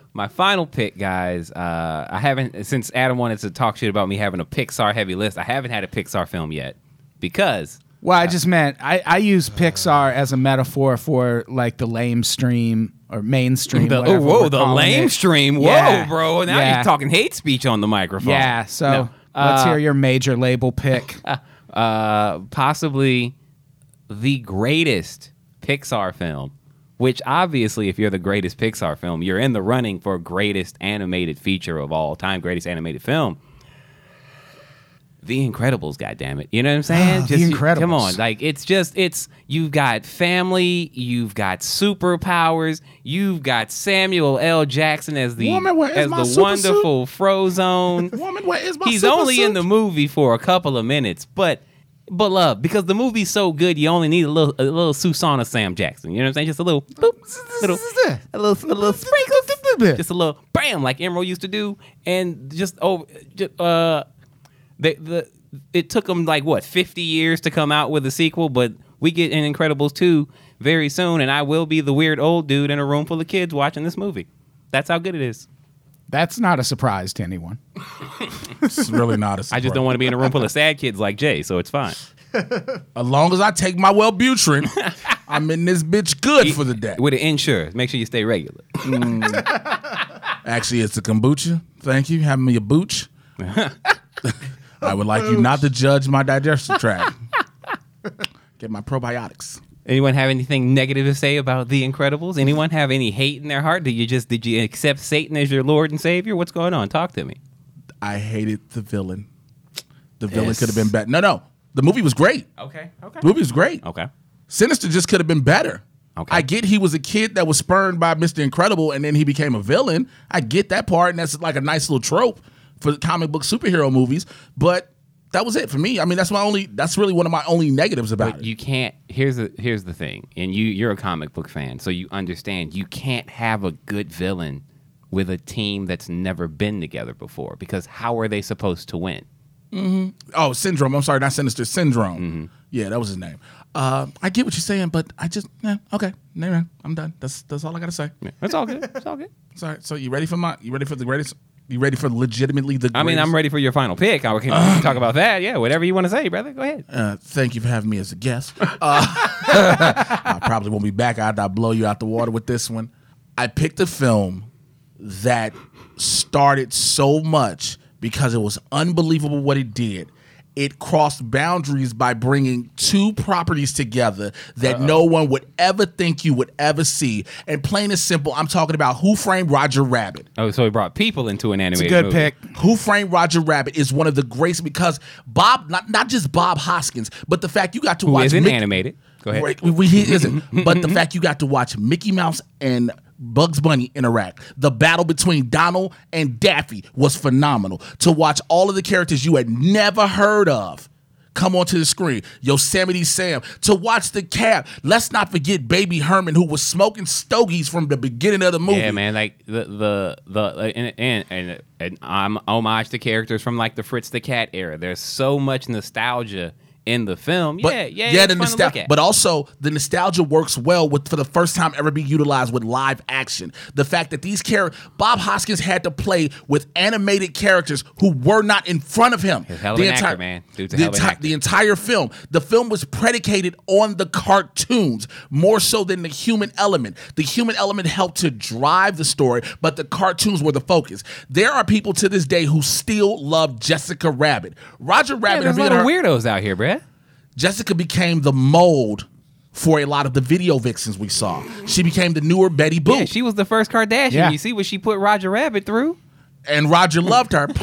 my final pick, guys. Uh, I haven't since Adam wanted to talk shit about me having a Pixar heavy list. I haven't had a Pixar film yet because
Well, I just meant I, I
uh,
use Pixar as a metaphor for like the lame stream or mainstream.
the oh
whatever
whoa
we're
the
calling
lame
it.
stream whoa
Yeah.
bro now
Yeah.
you're talking hate speech on the microphone
Yeah, so
No.
let's hear your major label pick.
uh, possibly the greatest Pixar film. Which obviously, if you're the greatest Pixar film, you're in the running for greatest animated feature of all time, greatest animated film. The Incredibles, goddammit. You know
Ah,
what I'm saying?
The
you- Come
Incredibles.
on. Like, it's just, it's, you've got family, you've got superpowers, you've got Samuel L. Jackson as the,
Woman, where is
as
my
the
super
wonderful Frozone.
Woman, where is my
He's
super
only in
suit?
the movie for a couple of minutes, but beloved, because the movie's so good, you only need a little a little Susanna Sam Jackson. You know what I'm saying? Just a little boop, little, a little, a little sprinkle.
little bit.
just a little bam, like Emerald used to do, and just oh, just, uh, the the it took them like what fifty years to come out with a sequel, but we get an Incredibles two very soon, and I will be the weird old dude in a room full of kids watching this movie. That's how good it is.
That's not a surprise to anyone.
It's really not a
I just don't want to be in a room full of sad kids like Jay, so it's fine.
As long as I take my Wellbutrin, I'm in this bitch good for the day.
With an insurance, make sure you stay regular.
Actually, it's a kombucha. Thank you. Having me a booch. I would like you not to judge my digestive tract. Get my probiotics.
Anyone have anything negative to say about The Incredibles? Anyone have any hate in their heart? Did you just did you accept Satan as your Lord and Savior? What's going on? Talk to me.
I hated the villain. The villain
Yes.
could have been better. No, no. The movie was great.
Okay. Okay.
The movie was great.
Okay.
Sinister just could have been better.
Okay.
I get he was a kid that was spurned by Mr. Incredible and then he became a villain. I get that part, and that's like a nice little trope for the comic book superhero movies. But that was it for me. I mean, that's my only that's really one of my only negatives about it.
You can't. Here's the here's the thing, and you you're a comic book fan, so you understand. You can't have a good villain with a team that's never been together before, because how are they supposed to win?
oh, syndrome. I'm sorry, not sinister. Syndrome.
Mm-hmm.
Yeah, that was his name. Uh, I get what you're saying, but I just yeah, okay. Never mind. I'm done. That's that's all I gotta say.
That's all good. It's all good.
Sorry. So you ready for my? You ready for the greatest? You ready for legitimately the? Greatest?
I mean, I'm ready for your final pick. I can we can talk about that. Yeah, whatever you want to say, brother. Go ahead.
Uh, thank you for having me as a guest. Uh, I probably won't be back. I'd, I'd blow you out the water with this one. I picked a film that started so much because it was unbelievable what it did. It crossed boundaries by bringing two properties together that no one would ever think you would ever see. And plain and simple, I'm talking about Who Framed Roger Rabbit.
Oh, so he brought people into an animated.
Good
movie.
pick.
Who Framed Roger Rabbit is one of the greats because Bob, not, not just Bob Hoskins, but the fact you got to
Who
watch
isn't
Mickey-
animated? Go ahead.
Right, we, we- he isn't. but the fact you got to watch Mickey Mouse and Bugs Bunny interact, the battle between Donald and Daffy was phenomenal. To watch all of the characters you had never heard of come onto the screen, Yosemite Sam. To watch the cab, let's not forget Baby Herman, who was smoking stogies from the beginning of the movie.
Yeah, man. Like the the the and and and, and um, homage to characters from like the Fritz the Cat era. There's so much nostalgia in the film. yeah, yeah, it's fun
the
to
nostal-
look at.
But also, the nostalgia works well with for the first time ever be utilized with live action. The fact that these characters, Bob Hoskins had to play with animated characters who were not in front of him.
a hell of
the
an actor, man. Dude's a
the,
hell of an
enti-
actor.
the entire film. The film was predicated on the cartoons more so than the human element. The human element helped to drive the story, but the cartoons were the focus. There are people to this day who still love Jessica Rabbit. Roger
yeah,
Rabbit.
there's a
being
lot of
her-
weirdos out here, bruh.
Jessica became the mold for a lot of the video vixens we saw. She became the newer Betty Boop,
Yeah, she was the first Kardashian.
Yeah.
You see what she put Roger Rabbit through?
and Roger loved her.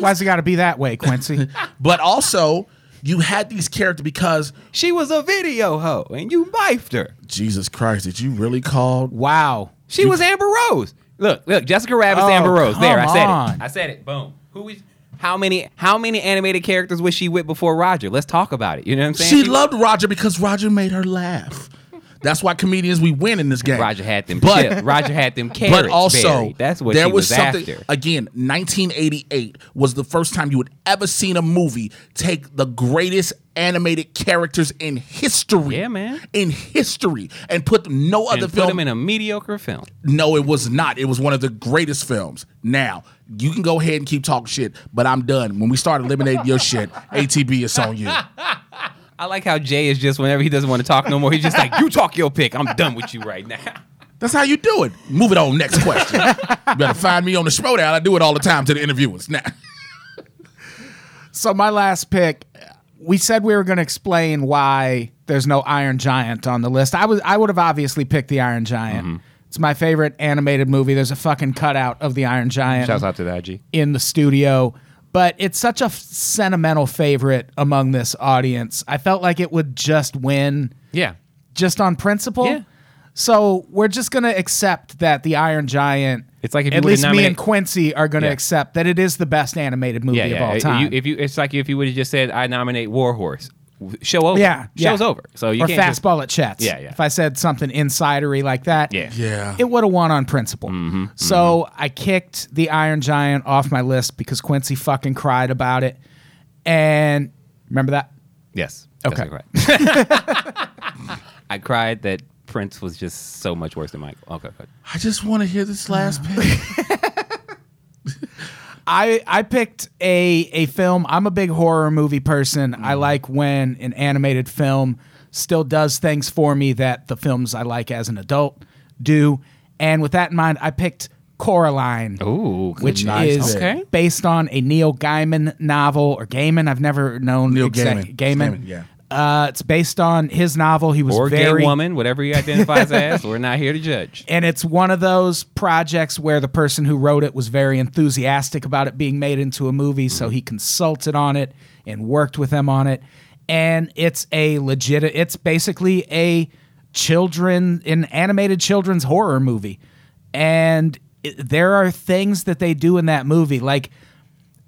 Why's it got to be that way, Quincy?
but also, you had these characters because
She was a video hoe, and you knifed her.
Jesus Christ, did you really call?
wow.
She was Amber Rose. Look, look, Jessica Rabbit's
Oh,
Amber Rose. There, I
come
said
on.
it. I said it. Boom. Who is? How many? How many animated characters was she with before Roger? Let's talk about it. You know what I'm saying?
She loved Roger because Roger made her laugh. That's why comedians we win in this game.
Roger had them.
But-
chip- Roger had them carrots.
But also,
buried. that's what
there
she was,
was something
after.
again. 1988 was the first time you had ever seen a movie take the greatest animated characters in history.
Yeah, man.
in history, and put them, no
And
other
put
film.
them in a mediocre film.
no, it was not. It was one of the greatest films. Now you can go ahead and keep talking shit, but I'm done. When we start eliminating your shit, ATB is on you.
I like how Jay is just whenever he doesn't want to talk no more, he's just like, "You talk your pick. I'm done with you right now."
That's how you do it. Move it on. Next question. you better find me on the showdown. I do it all the time to the interviewers. Now.
So my last pick, we said we were going to explain why there's no Iron Giant on the list. I was I would have obviously picked the Iron Giant.
Mm-hmm.
It's my favorite animated movie. There's a fucking cutout of the Iron Giant
to that, G.
in the studio, but it's such a f- sentimental favorite among this audience. I felt like it would just win
Yeah,
just on principle.
Yeah.
So we're just gonna accept that the Iron Giant.
It's like if you
at
would've
least me
nominated-
and Quincy are gonna
Yeah.
accept that it is the best animated movie
yeah,
of
yeah.
all time.
You, if you, it's like if you would have just said, "I nominate Warhorse." w- show over.
Yeah, yeah.
show's over. So you
or
can't just-
fastball at Chet's.
Yeah, yeah.
If I said something insidery like that,
Yeah. Mm-hmm,
Yeah.
it would have won on principle. so I kicked the Iron Giant off my list because Quincy fucking cried about it. And remember that?
Yes.
Okay.
That's right. I cried that Prince was just so much worse than Michael. Okay, good.
I just want to hear this last pick.
I I picked a a film. I'm a big horror movie person. I like when an animated film still does things for me that the films I like as an adult do. And with that in mind, I picked Coraline.
Ooh, good
which
nice
is
pick.
Okay.
based on a Neil Gaiman novel or Gaiman. I've never known
Neil
exact-
Gaiman.
Gaiman.
Gaiman, yeah.
Uh, it's based on his novel. He was
Or
very
gay woman, whatever he identifies as, we're not here to judge.
and it's one of those projects where the person who wrote it was very enthusiastic about it being made into a movie
Mm-hmm.
so he consulted on it and worked with them on it and it's a legit it's basically a children an animated children's horror movie and it, there are things that they do in that movie like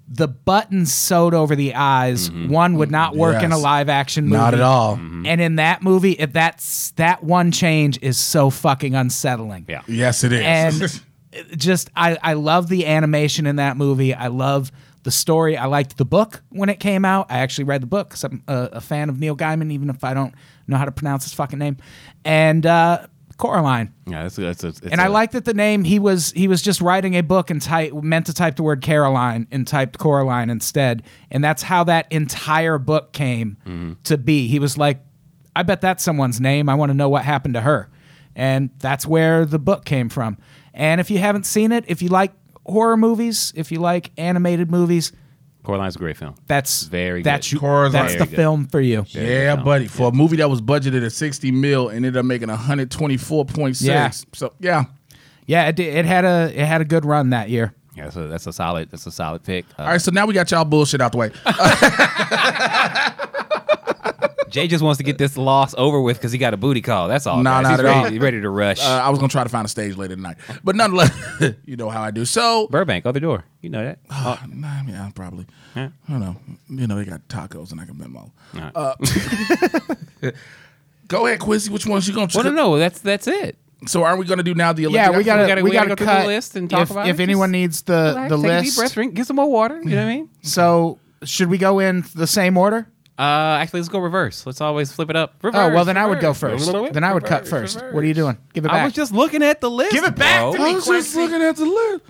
the buttons sewed over the eyes one would not work in a
Mm-hmm. Yes.
live action movie
Not at all.
and in that movie if that's that one change is so fucking unsettling
Yeah.
Yes, it is.
and it just I, I love the animation in that movie. I love the story. I liked the book when it came out. I actually read the book because I'm a, a fan of Neil Gaiman, even if I don't know how to pronounce his fucking name. And uh, Coraline.
Yeah, that's that's. that's
And I like that the name he was he was just writing a book and type meant to type the word Caroline and typed Coraline instead. And that's how that entire book came
Mm-hmm.
to be. He was like, I bet that's someone's name. I want to know what happened to her. And that's where the book came from. And if you haven't seen it, if you like horror movies, if you like animated movies,
Coraline's a great film.
that's
Very
that's
good.
you,
Coraline.
that's the
Very good.
film for you.
yeah, buddy. For a movie that was budgeted at 60 mil and ended up making 124.6.
Yeah.
So, yeah.
Yeah, it, did- it had a it had a good run that year.
Yeah, that's a, that's a solid. That's a solid pick. Uh,
All right, so now we got y'all bullshit out the way. Uh,
Jay just wants to get this loss over with because he got a booty call. That's all.
Nah,
guys.
not
He's
at
ready,
all.
he's ready to rush.
Uh, I was gonna try to find a stage later tonight, but nonetheless, you know how I do. So,
Burbank, other door. You know that.
uh, nah, yeah, probably. I don't know. You know, they got tacos and I can memo.
Alright.
Uh, go ahead, Quincy. Which ones you gonna?
well, no, no, that's that's it.
So, are we gonna do now the Olympic?
Yeah, we gotta we
gotta-
gotta,
we gotta go through the
cut
list and talk
if,
about
if
it.
anyone
Just
needs the the
Relax, take a deep
list.
breath, drink, get some more water. You know what I mean?
So should we go in the same order?
Uh, actually, let's go reverse. Let's always flip it up. Reverse,
oh well, then I would go
reverse.
first. Then I would cut
Reverse,
first. What are you doing? Give it
I
back.
was just looking at the list.
Give it back
bro.
to
I was just looking at the list.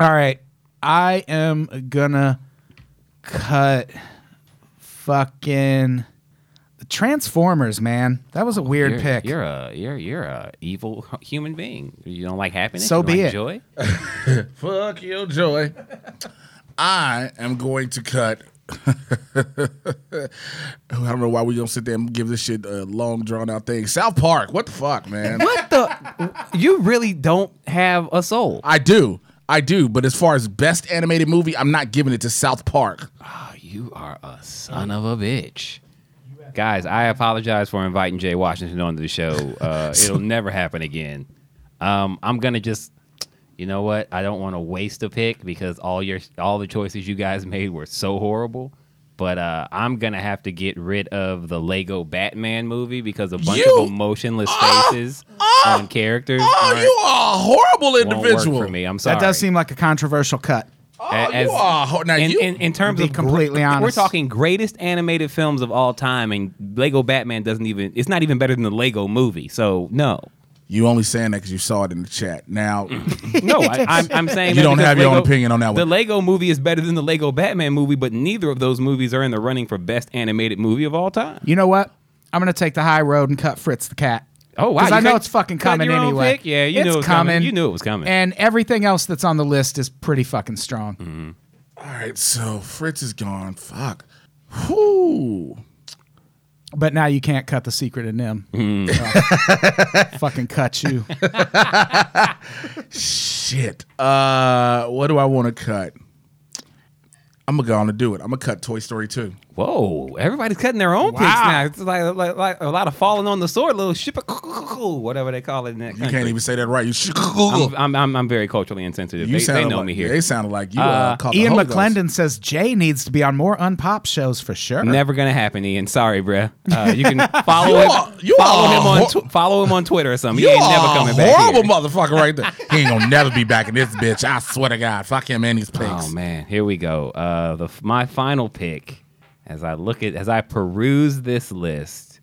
All right, I am gonna cut fucking Transformers, man. That was a weird
You're-
pick.
You're a you're you're a evil human being. You don't like happiness.
So
you don't
be
like
it.
Joy.
Fuck your joy. I am going to cut. I don't know why we gonna sit there and give this shit a long drawn out thing. South Park. What the fuck, man?
What the? You really don't have a soul.
I do. I do. But as far as best animated movie, I'm not giving it to South Park.
You are a son of a bitch. Guys, I apologize for inviting Jay Washington onto the show. Uh, it'll never happen again. Um, I'm gonna just, you know what? I don't want to waste a pick because all your all the choices you guys made were so horrible. But uh, I'm gonna have to get rid of the Lego Batman movie because a bunch
You-
of emotionless
Oh,
faces
oh,
on characters
Oh,
aren't-
you are a horrible
won't
individual.
work for me. I'm sorry.
that does seem like a controversial cut.
Oh,
A- as-
you are. Hor- now
in,
you.
in, in terms
be
of gre-
completely
we're
honest.
talking greatest animated films of all time, and Lego Batman doesn't even. It's not even better than the Lego Movie. So no,
you only saying that because you saw it in the chat. Now,
no, I, I'm, I'm saying
You
that
don't
because
have your own
Lego-
opinion on that
The
one.
Lego Movie is better than the Lego Batman movie, but neither of those movies are in the running for best animated movie of all time.
You know what? I'm gonna take the high road and cut Fritz the cat.
Oh, wow.
'Cause I
You
know
cut-
it's fucking
cut
coming
your own
anyway.
pick? Yeah, you
it's
knew it was coming. You knew it was coming.
And everything else that's on the list is pretty fucking strong.
Mm.
all right. So Fritz is gone. Fuck. Whoo.
But now you can't cut the secret in them.
Mm.
fucking cut you.
Shit. Uh, what do I want to cut? I'm gonna go on and do it. I'm gonna cut Toy Story 2.
Whoa! Everybody's cutting their own picks now. It's like, like, like a lot of falling on the sword, little ship, whatever they call it in that
You
country.
can't even say that right. You should
I'm, I'm, I'm, I'm very culturally insensitive.
You
they, they
sounded
know
like,
me here.
They sounded like you. Uh,
Uh,
caught the
Ian
Holy Ghost.
McClendon says Jay needs to be on more unpop shows for sure.
Never gonna happen, Ian. Sorry, bruh. Uh, you can follow
You
him.
are- you
follow
are
him
a
on
hor-
tw- follow him on Twitter or something.
You
he ain't
are
never
a
coming back.
horrible
here.
motherfucker right there. he ain't gonna never be back in this bitch. I swear to God. Fuck him and his pigs.
Oh man, here we go. Uh, the f- my final pick, as I look at as I peruse this list,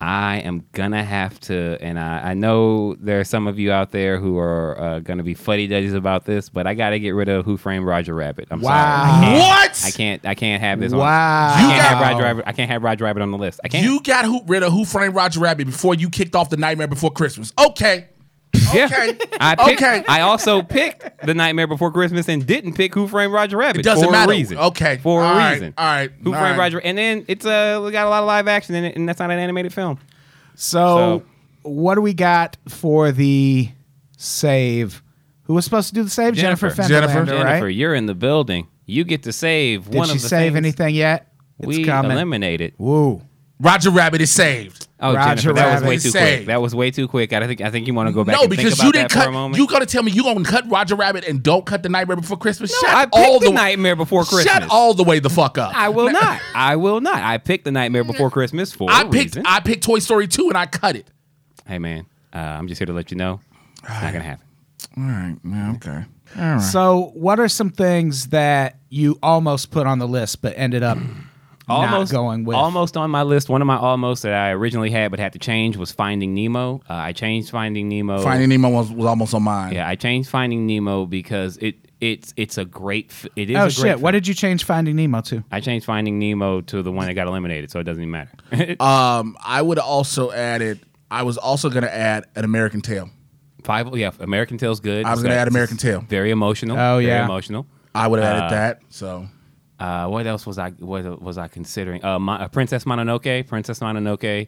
I am gonna have to, and I, I know there are some of you out there who are uh, gonna be fuddy duddies about this, but I gotta get rid of Who Framed Roger Rabbit. I'm
Wow.
sorry. I
What?
can't, I can't. I can't have this. on-
Wow.
I
You
can't
got-
have Roger Rabbit. I can't have Roger Rabbit on the list. I can't.
You got who, rid of Who Framed Roger Rabbit before you kicked off the Nightmare Before Christmas. Okay.
Yeah.
Okay.
I picked,
Okay.
I also picked The Nightmare Before Christmas and didn't pick Who Framed Roger Rabbit.
It doesn't
for
matter.
a reason.
Okay.
For a
All right.
reason.
All right.
Who
All
Framed
right.
Roger? And then it's uh we got a lot of live action in it, and that's not an animated film.
So,
So-
what do we got for the save? Who was supposed to do the save? Jennifer. Fenderlander,
Jennifer.
right?
Jennifer, you're in the building. You get to save
Did
one
she
of the
save
things
anything yet? It's
we
coming.
eliminated.
Woo.
Rabbit. Roger Rabbit is saved.
Oh,
Roger
Jennifer, that
Rabbit
was way too
saved.
quick. That was way too quick. I think I think you want to go back.
no,
and think
because
about
you didn't
that for a
cut.
moment.
You gonna tell me you gonna cut Roger Rabbit and don't cut the Nightmare Before Christmas?
No, I picked the, Nightmare Before Christmas.
Shut all the way the fuck up.
I will not. I will not. I picked the Nightmare Before Christmas for
I
a
picked.
reason.
I picked Toy Story two and I cut it.
hey man, uh, I'm just here to let you know it's not gonna happen.
All right. Yeah, okay.
So, what are some things that you almost put on the list but ended up
Almost
not going with?
almost on my list. One of my almost that I originally had but had to change was Finding Nemo. Uh, I changed Finding Nemo.
Oh. Finding Nemo was, was almost on mine.
yeah, I changed Finding Nemo because it it's it's a great f- it is.
Oh
a
shit!
great
What
film.
did you change Finding Nemo to?
I changed Finding Nemo to the one that got eliminated, so it doesn't even matter.
Um, I would also added. I was also gonna add an American Tale.
Five, yeah, American Tale's good.
I was
It's
gonna
got-
add American
it's
Tail.
Very emotional.
Oh,
very
yeah.
emotional.
I would have
Ah.
added that. So
Uh, what else was I what was I considering? Uh, my, uh, Princess Mononoke, Princess Mononoke,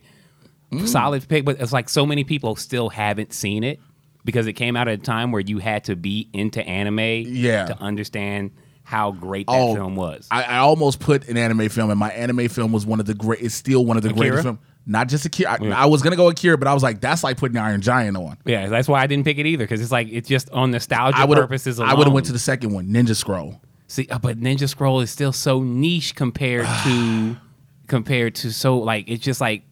Mm.
solid pick, but it's like so many people still haven't seen it because it came out at a time where you had to be into anime
Yeah.
to understand how great that
Oh,
film was.
I, I almost put an anime film, and my anime film was one of the great. It's still one of the greatest
Akira?
film. Not just Akira. I, I was gonna go Akira, but I was like, that's like putting Iron Giant on.
yeah, that's why I didn't pick it either because it's like it's just on nostalgia
I would have.
purposes. Alone.
I would have went to the second one, Ninja Scroll.
See, uh, but Ninja Scroll is still so niche compared to compared to so like it's just like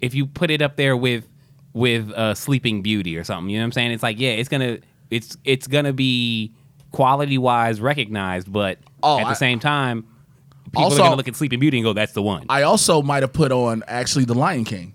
if you put it up there with with uh, Sleeping Beauty or something, you know what I'm saying? It's like yeah, it's gonna it's it's gonna be quality wise recognized, but
Oh,
at the
I-
same time, people
Also-
are gonna look at Sleeping Beauty and go, "That's the one." I,
I also might have put on actually The Lion King.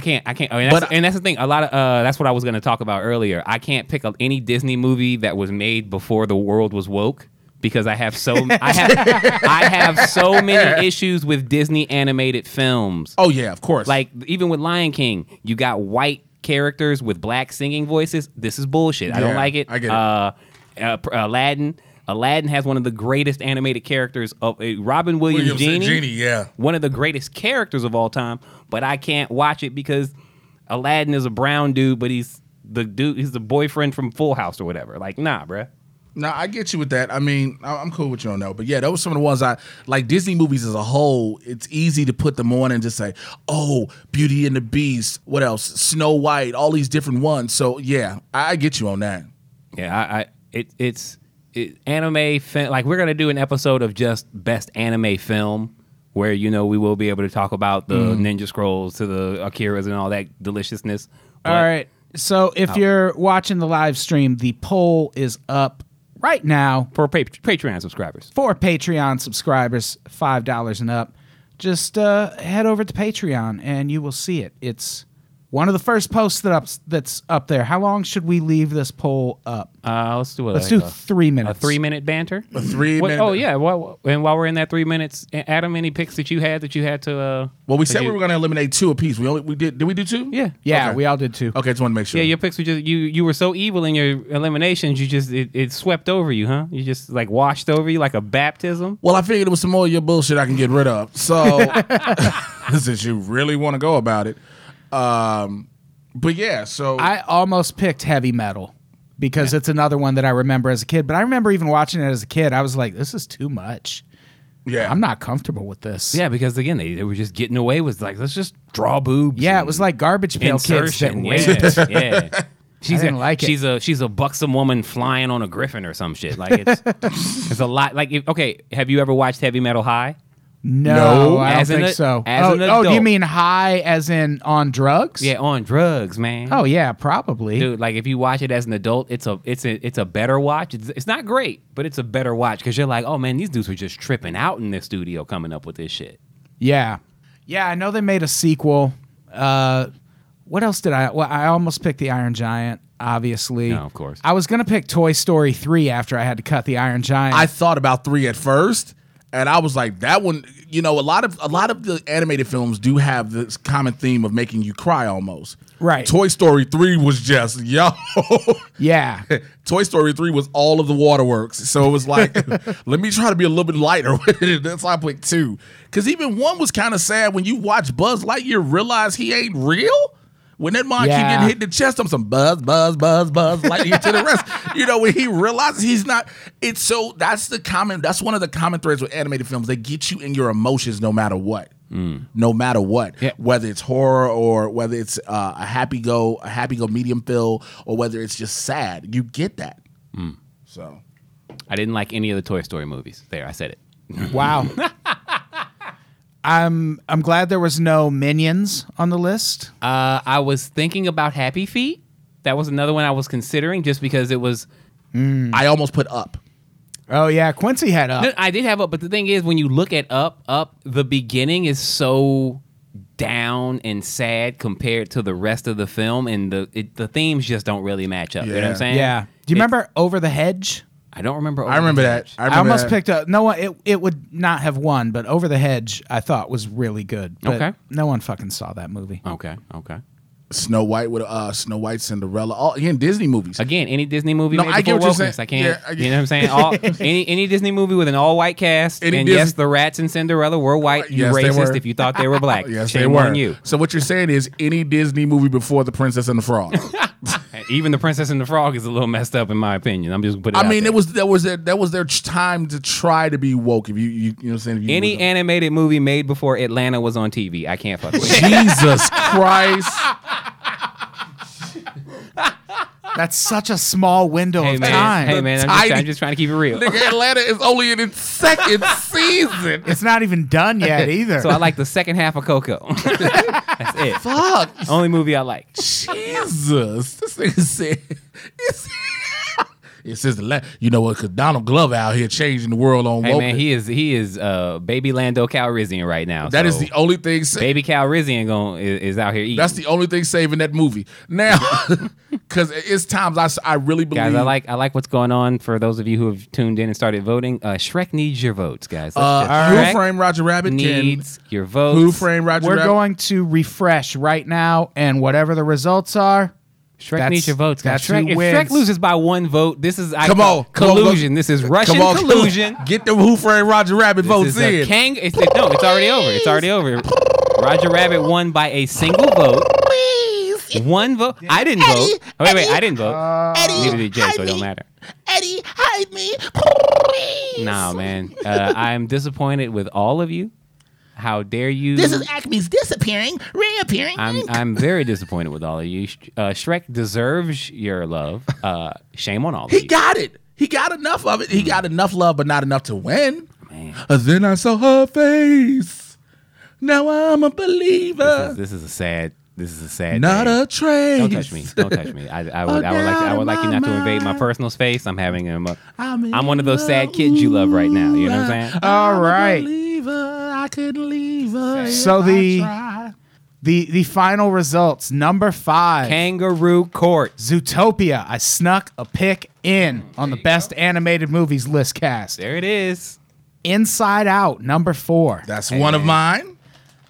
can't, I can't. I mean, that's,
But I-
and that's the thing. A lot of uh, that's what I was gonna talk about earlier. I can't pick up any Disney movie that was made before the world was woke. because I have so I have I have so many issues with Disney animated films.
Oh yeah, of course.
Like even with Lion King, you got white characters with black singing voices. This is bullshit. I
Yeah,
don't like it.
I get it.
Uh, uh, pr- Aladdin. Aladdin has one of the greatest animated characters of uh, Robin Williams,
Williams and
Genie.
Genie, yeah.
One of the greatest characters of all time, but I can't watch it because Aladdin is a brown dude, but he's the dude. He's the boyfriend from Full House or whatever. Like, nah, bruh.
No, I get you with that. I mean, I- I'm cool with you on that. But yeah, those were some of the ones I like. Disney movies as a whole, it's easy to put them on and just say, "Oh, Beauty and the Beast." What else? Snow White. All these different ones. So yeah, I, I get you on that.
Yeah, I, I it it's it, anime fi- like we're gonna do an episode of just best anime film where you know we will be able to talk about the Ninja Scrolls to the Akira's and all that deliciousness. But
All right. So, if you're watching the live stream, the poll is up right now
for pa- Patreon subscribers.
for Patreon subscribers, five dollars and up. Just uh, head over to Patreon and you will see it. It's one of the first posts that ups, that's up there. How long should we leave this poll up?
Uh, let's do a,
Let's do
a,
three minutes.
three minute banter. A
three minute-
Oh yeah. Well, and while we're in that three minutes, A- Adam, any picks that you had that you had to? Uh,
Well, we
that
said
you-
we were going to eliminate two apiece. We only we did. Did we do two?
Yeah. Oh,
Yeah,
Okay.
we all did too.
Okay, just want to make sure.
Yeah, your picks were just you. You were so evil in your eliminations. You just it, it swept over you, huh? You just like washed over you like a baptism.
Well, I figured it was some more of your bullshit I can get rid of. So, since you really want to go about it, um, but yeah. So
I almost picked heavy metal because it's another one that I remember as a kid. But I remember even watching it as a kid, I was like, "This is too much."
Yeah.
I'm not comfortable with this.
Yeah, because again, they, they were just getting away with like, let's just draw boobs.
Yeah, it
and
was like garbage pail kids that
insertion.
wait.
Yeah, yeah. She's
I didn't
a,
like it.
She's a she's a buxom woman flying on a griffin or some shit. Like it's it's a lot. Like if, okay, have you ever watched Heavy Metal High?
No,
No.
I don't
As an
think
a-
so.
as
oh,
an
oh, do you
adult.
mean high as in on drugs?
Yeah, on drugs, man.
Oh yeah, probably.
dude, like if you watch it as an adult, it's a it's a it's a better watch. It's, it's not great, but it's a better watch because you're like, oh man, these dudes were just tripping out in this studio coming up with this shit.
Yeah. Yeah, I know they made a sequel. Uh, what else did I? Well, I almost picked The Iron Giant, obviously.
No, of course.
I was going to pick Toy Story 3 after I had to cut The Iron Giant.
I thought about three at first, and I was like, that one. You know, a lot of a lot of the animated films do have this common theme of making you cry almost.
Right.
Toy Story three was just yo.
yeah.
Toy Story three was all of the waterworks, so it was like, let me try to be a little bit lighter. with it. That's why I picked two, because even one was kind of sad when you watch Buzz Lightyear realize he ain't real. When that mom keep
Yeah.
getting hit in the chest, I'm some buzz, buzz, buzz, buzz, lightyear to the rest. You know, when he realizes he's not, it's so that's the common, that's one of the common threads with animated films. They get you in your emotions no matter what. No matter what,
Yeah.
whether it's horror or whether it's uh, a happy go, a happy go medium fill, or whether it's just sad, you get that. So
I didn't like any of the Toy Story movies. There, I said it.
Wow. I'm I'm glad there was no Minions on the list.
Uh, I was thinking about Happy Feet. That was another one I was considering just because it was.
I almost put up.
oh yeah, Quincy had up.
No, I did have up, but the thing is, when you look at up, up, the beginning is so down and sad compared to the rest of the film, and the it, the themes just don't really match up. You know what I'm
Yeah.
saying?
yeah. Do you
It's-
remember Over the Hedge?
I don't remember.
I remember that. I,
I,
remember
almost
that.
picked up. No one. It, it would not have won, but Over the Hedge I thought was really good. But
Okay.
No one fucking saw that movie.
Okay. Okay.
Snow White with uh, Snow White, Cinderella, all again Disney movies.
Again, any Disney movie
No,
made
I get
before
what you're
wokeness,
saying.
I can't.
Yeah, I get-
you know what I'm saying? All, any any Disney movie with an all white cast,
Any
and
Disney-
yes, the rats and Cinderella were white. You
Yes, they
racist
were.
if you thought they were black.
Yes,
Shame
they were.
on you.
So what you're saying is any Disney movie before The Princess and the Frog.
Even the Princess and the Frog is a little messed up in my opinion. I'm just putting.
I mean,
there.
it was that was their, that was their time to try to be woke. If you you, you know what I'm saying? If you
any animated movie made before Atlanta was on TV. I can't fuck with it.
Jesus Christ.
That's such a small window
Hey
of
man,
time.
hey man, I'm
Tiny.
just, I'm just trying to keep it real.
Nigga, Atlanta is only in its second season.
It's not even done yet either.
So I like the second half of Coco. That's it.
Fuck.
Only movie I like.
Jesus. This nigga said it's, it's his la- you know what, cause Donald Glover out here changing the world on
Hey
woke.
man, he is he is uh, baby Lando Calrissian right now.
that
so
is the only thing sa-
baby Calrissian going is, is out here eating.
that's the only thing saving that movie. Now cause it's times I, s- I really believe
guys. I like I like what's going on. For those of you who have tuned in and started voting, uh, Shrek needs your votes, guys.
uh,
Let's just-
Who
Shrek
Framed Roger Rabbit can
needs your votes.
Who Framed Roger
We're
Rabbit
going to refresh right now, and whatever the results are,
Shrek
That's-
needs your votes, guys.
that's who
Shrek, if
wins.
Shrek loses by one vote, this is I
Come
call
on, come on, go-
collusion. this is Russian
Come on,
collusion.
Get the Who Framed Roger Rabbit
This
votes
is a
in.
Kang. It's, it- no, it's already over. It's already over. Roger Rabbit won by a single vote. Please. One vote. I didn't vote. Oh, wait, wait. I didn't vote.
Uh,
Neither did Jay, so it don't matter.
Eddie, hide me, please.
Nah, man. Uh, I'm disappointed with all of you. How dare you?
Acme's disappearing, reappearing.
I'm I'm very disappointed with all of you. Sh- Uh, Shrek deserves your love. Uh, shame on all of
he
you.
got it. He got enough of it. He got enough love, but not enough to win. Uh, then I saw her face. Now I'm a believer.
this is a sad. This is a sad.
Not
day.
a trace.
Don't touch me. Don't touch me. I, I
Oh,
would, I would like, I would like you not to invade my personal space. I'm having him. i
I'm in
I'm one of those sad kids you love right now. You know what I'm saying?
all
A
right.
believer. I couldn't leave her. if
So
I
the-
tried.
The the final results. Number five,
Kangaroo Court.
Zootopia. I snuck a pick in on the best animated movies list cast.
There it is.
Inside Out. Number four.
That's one of mine.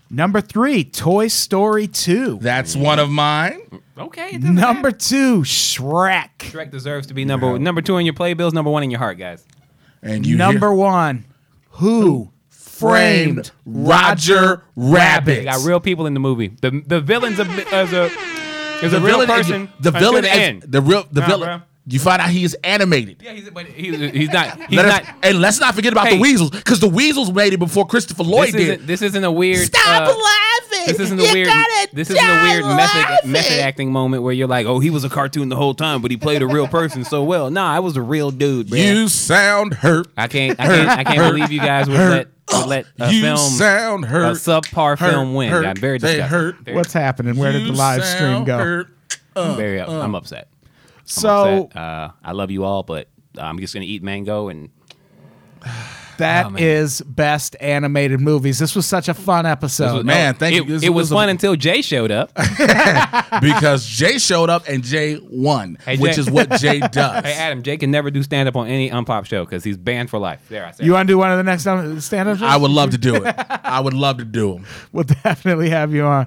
Number three, Toy Story two.
That's one of mine.
Okay. it doesn't
Number
matter.
two, Shrek.
Shrek deserves to be number number two in your playbills, number one in your heart, guys.
And you
Number
hear-
one, who framed
framed Roger
They
Rabbit.
got real people in the movie. The the villains of as a is a
the
real
villain,
person.
the
until
villain,
the
as-
end.
the real, the
Nah,
villain,
bro.
You find out he is animated.
Yeah, he's, but he's, he's not. He's
Let us-
not.
and let's not forget about
Hey.
the Weasels, because the Weasels made it before Christopher Lloyd
This
did.
isn't, this isn't a weird. uh,
laughing.
This isn't a weird. This isn't a weird method method acting moment where you're like, oh, he was a cartoon the whole time, but he played a real person so well. Nah, I was a real dude, man.
You sound hurt.
I can't. I can't. I can't believe you guys would let would let a
you
film
sound
a
hurt.
subpar
Hurt,
film win.
hurt.
I'm very
They
disgusted.
hurt. uh,
Very,
What's happening? Where did the
You
live stream
sound
go?
hurt.
very up- I'm upset. I'm
So
upset. Uh, I love you all, but I'm just gonna eat mango and
oh,
that is best animated movies. This was such a fun episode.
Oh, Man, thank
Oh, it,
you. This
It was
a-
fun until Jay showed up. hey
because Jay showed up and Jay won,
Hey,
which
Jay.
is what Jay does.
Adam, Jay can never do stand up on any unpop show because he's banned for life. There I said.
you want to do one of the next um, stand ups?
I would love to do it. I would love to do him.
we'll definitely have you on.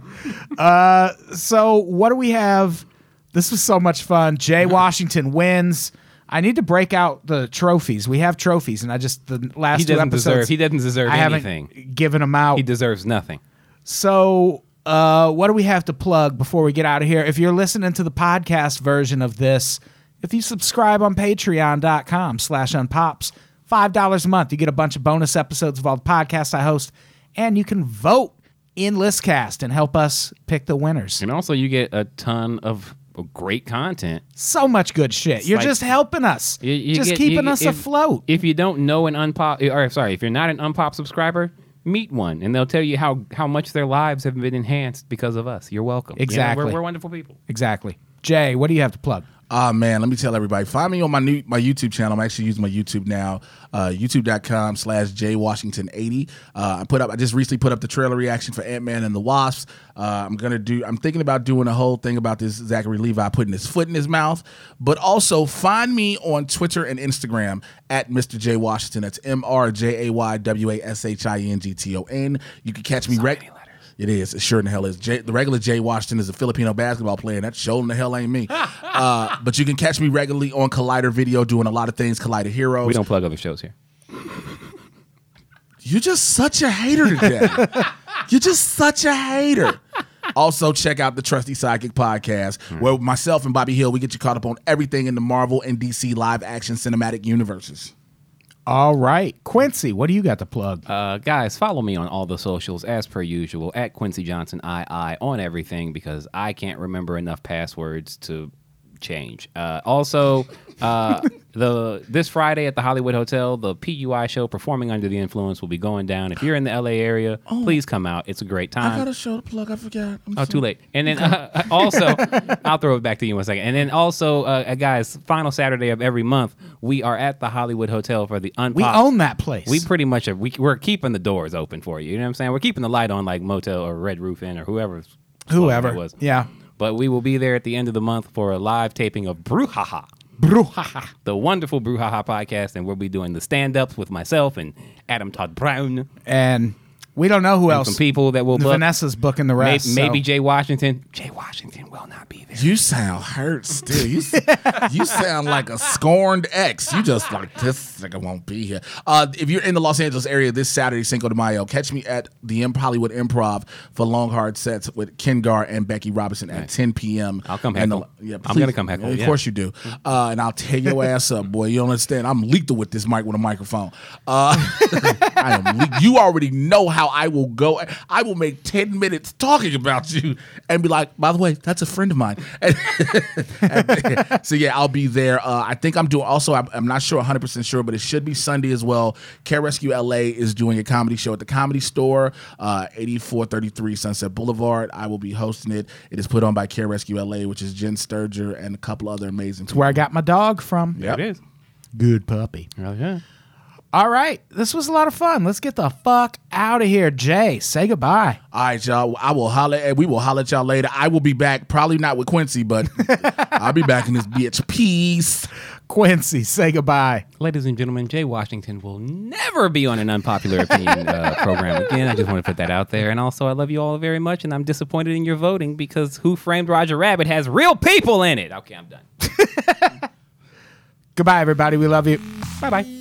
Uh, so what do we have? This was so much fun. Jay Washington wins. I need to break out the trophies. We have trophies, and I just the last
he
two
doesn't
episodes.
deserve. He doesn't deserve
I haven't
anything.
given them out.
He deserves nothing.
So, uh, what do we have to plug before we get out of here? If you're listening to the podcast version of this, if you subscribe on patreon.com slash unpops, $5 a month, you get a bunch of bonus episodes of all the podcasts I host, and you can vote in Listcast and help us pick the winners.
And also, you get a ton of great content.
So much good shit. You're
like-
just helping us.
You- you
just
get- you
keeping
get-
us
if-
afloat.
If you don't know an unpop, or sorry, if you're not an unpop subscriber, meet one, and they'll tell you how how much their lives have been enhanced because of us. You're welcome. You know,
Exactly.
we're, we're wonderful people.
exactly. Jay, what do you have to plug?
Ah man, let me tell everybody. Find me on my new my YouTube channel. I'm actually using my YouTube now. Uh, YouTube.com slash jwashington80. Uh, I put up. I just recently put up the trailer reaction for Ant Man and the Wasps. Uh, I'm gonna do. I'm thinking about doing a whole thing about this Zachary Levi putting his foot in his mouth. But also find me on Twitter and Instagram at Mr. J Washington. That's M R J A Y W A S H I N G T O N. You can catch me regularly. It is. It sure in the hell is. Jay, the regular Jay Washington is a Filipino basketball player, and that show in the hell ain't me. uh, but you can catch me regularly on Collider Video doing a lot of things, Collider Heroes.
We don't plug other shows here.
You're just such a hater today. You're just such a hater. Also, check out the Trusty Sidekick podcast,
Hmm.
where myself and Bobby Hill, we get you caught up on everything in the Marvel and DC live action cinematic universes.
All right. Quincy, what do you got to plug?
Uh, guys, follow me on all the socials as per usual at Quincy Johnson II on everything because I can't remember enough passwords to change. Uh, also, uh, the this Friday at the Hollywood Hotel, the PUI show performing under the influence will be going down. If you're in the LA area,
Oh.
please come out. It's a great time.
I got a show to plug. I forgot.
Oh,
I'm sorry.
too late. And then uh, also, I'll throw it back to you in a second. And then also, uh, uh, guys, final Saturday of every month, we are at the Hollywood Hotel for the Unpopped.
we own that place.
uh, We pretty much are, we, we're keeping the doors open for you. You know what I'm saying? We're keeping the light on like Motel or Red Roof Inn or whoever.
Whoever.
It was.
Yeah.
But we will be there at the end of the month for a live taping of Brouhaha,
Brouhaha.
the wonderful Brouhaha podcast, and we'll be doing the stand ups with myself and Adam Todd Brown,
and we don't know who else.
some people that will book.
Vanessa's booking the
May-
rest. so-
maybe Jay Washington. Jay Washington will not be there.
You sound hurt still. You, s- you sound like a scorned ex. You just like this nigga won't be here. Uh, if you're in the Los Angeles area this Saturday, Cinco de Mayo, catch me at the Imp- Hollywood Improv for long hard sets with Ken Gar and Becky Robinson at 10 p.m.
I'll come
And
heckle.
the- yeah,
I'm
please.
gonna come heckle,
Of
yeah.
course you do. Uh, and I'll tear your ass up, boy. You don't understand. I'm lethal with this mic with a microphone. Uh, I am. Le- you already know how I will go. I will make ten minutes talking about you and be like, by the way, that's a friend of mine. And- and- so yeah, I'll be there. Uh, I think I'm doing. Also, I'm, I'm not sure, 100 percent sure, but it should be Sunday as well. Care Rescue LA is doing a comedy show at the Comedy Store, uh, 8433 Sunset Boulevard. I will be hosting it. It is put on by Care Rescue LA, which is Jen Sturger and a couple other amazing.
where I got my dog from.
Yep.
It is.
Good puppy.
yeah.
All right. This was a lot of fun. Let's get the fuck out of here. Jay, say goodbye.
All right, y'all. I will holler. at We will holler at y'all later. I will be back. Probably not with Quincy, but I'll be back in this bitch. Peace.
Quincy, say goodbye.
Ladies and gentlemen, Jay Washington will never be on an unpopular opinion uh, program again. I just want to put that out there. And also, I love you all very much, and I'm disappointed in your voting because Who Framed Roger Rabbit has real people in it. Okay, I'm done.
Goodbye, everybody. We love you.
Bye bye.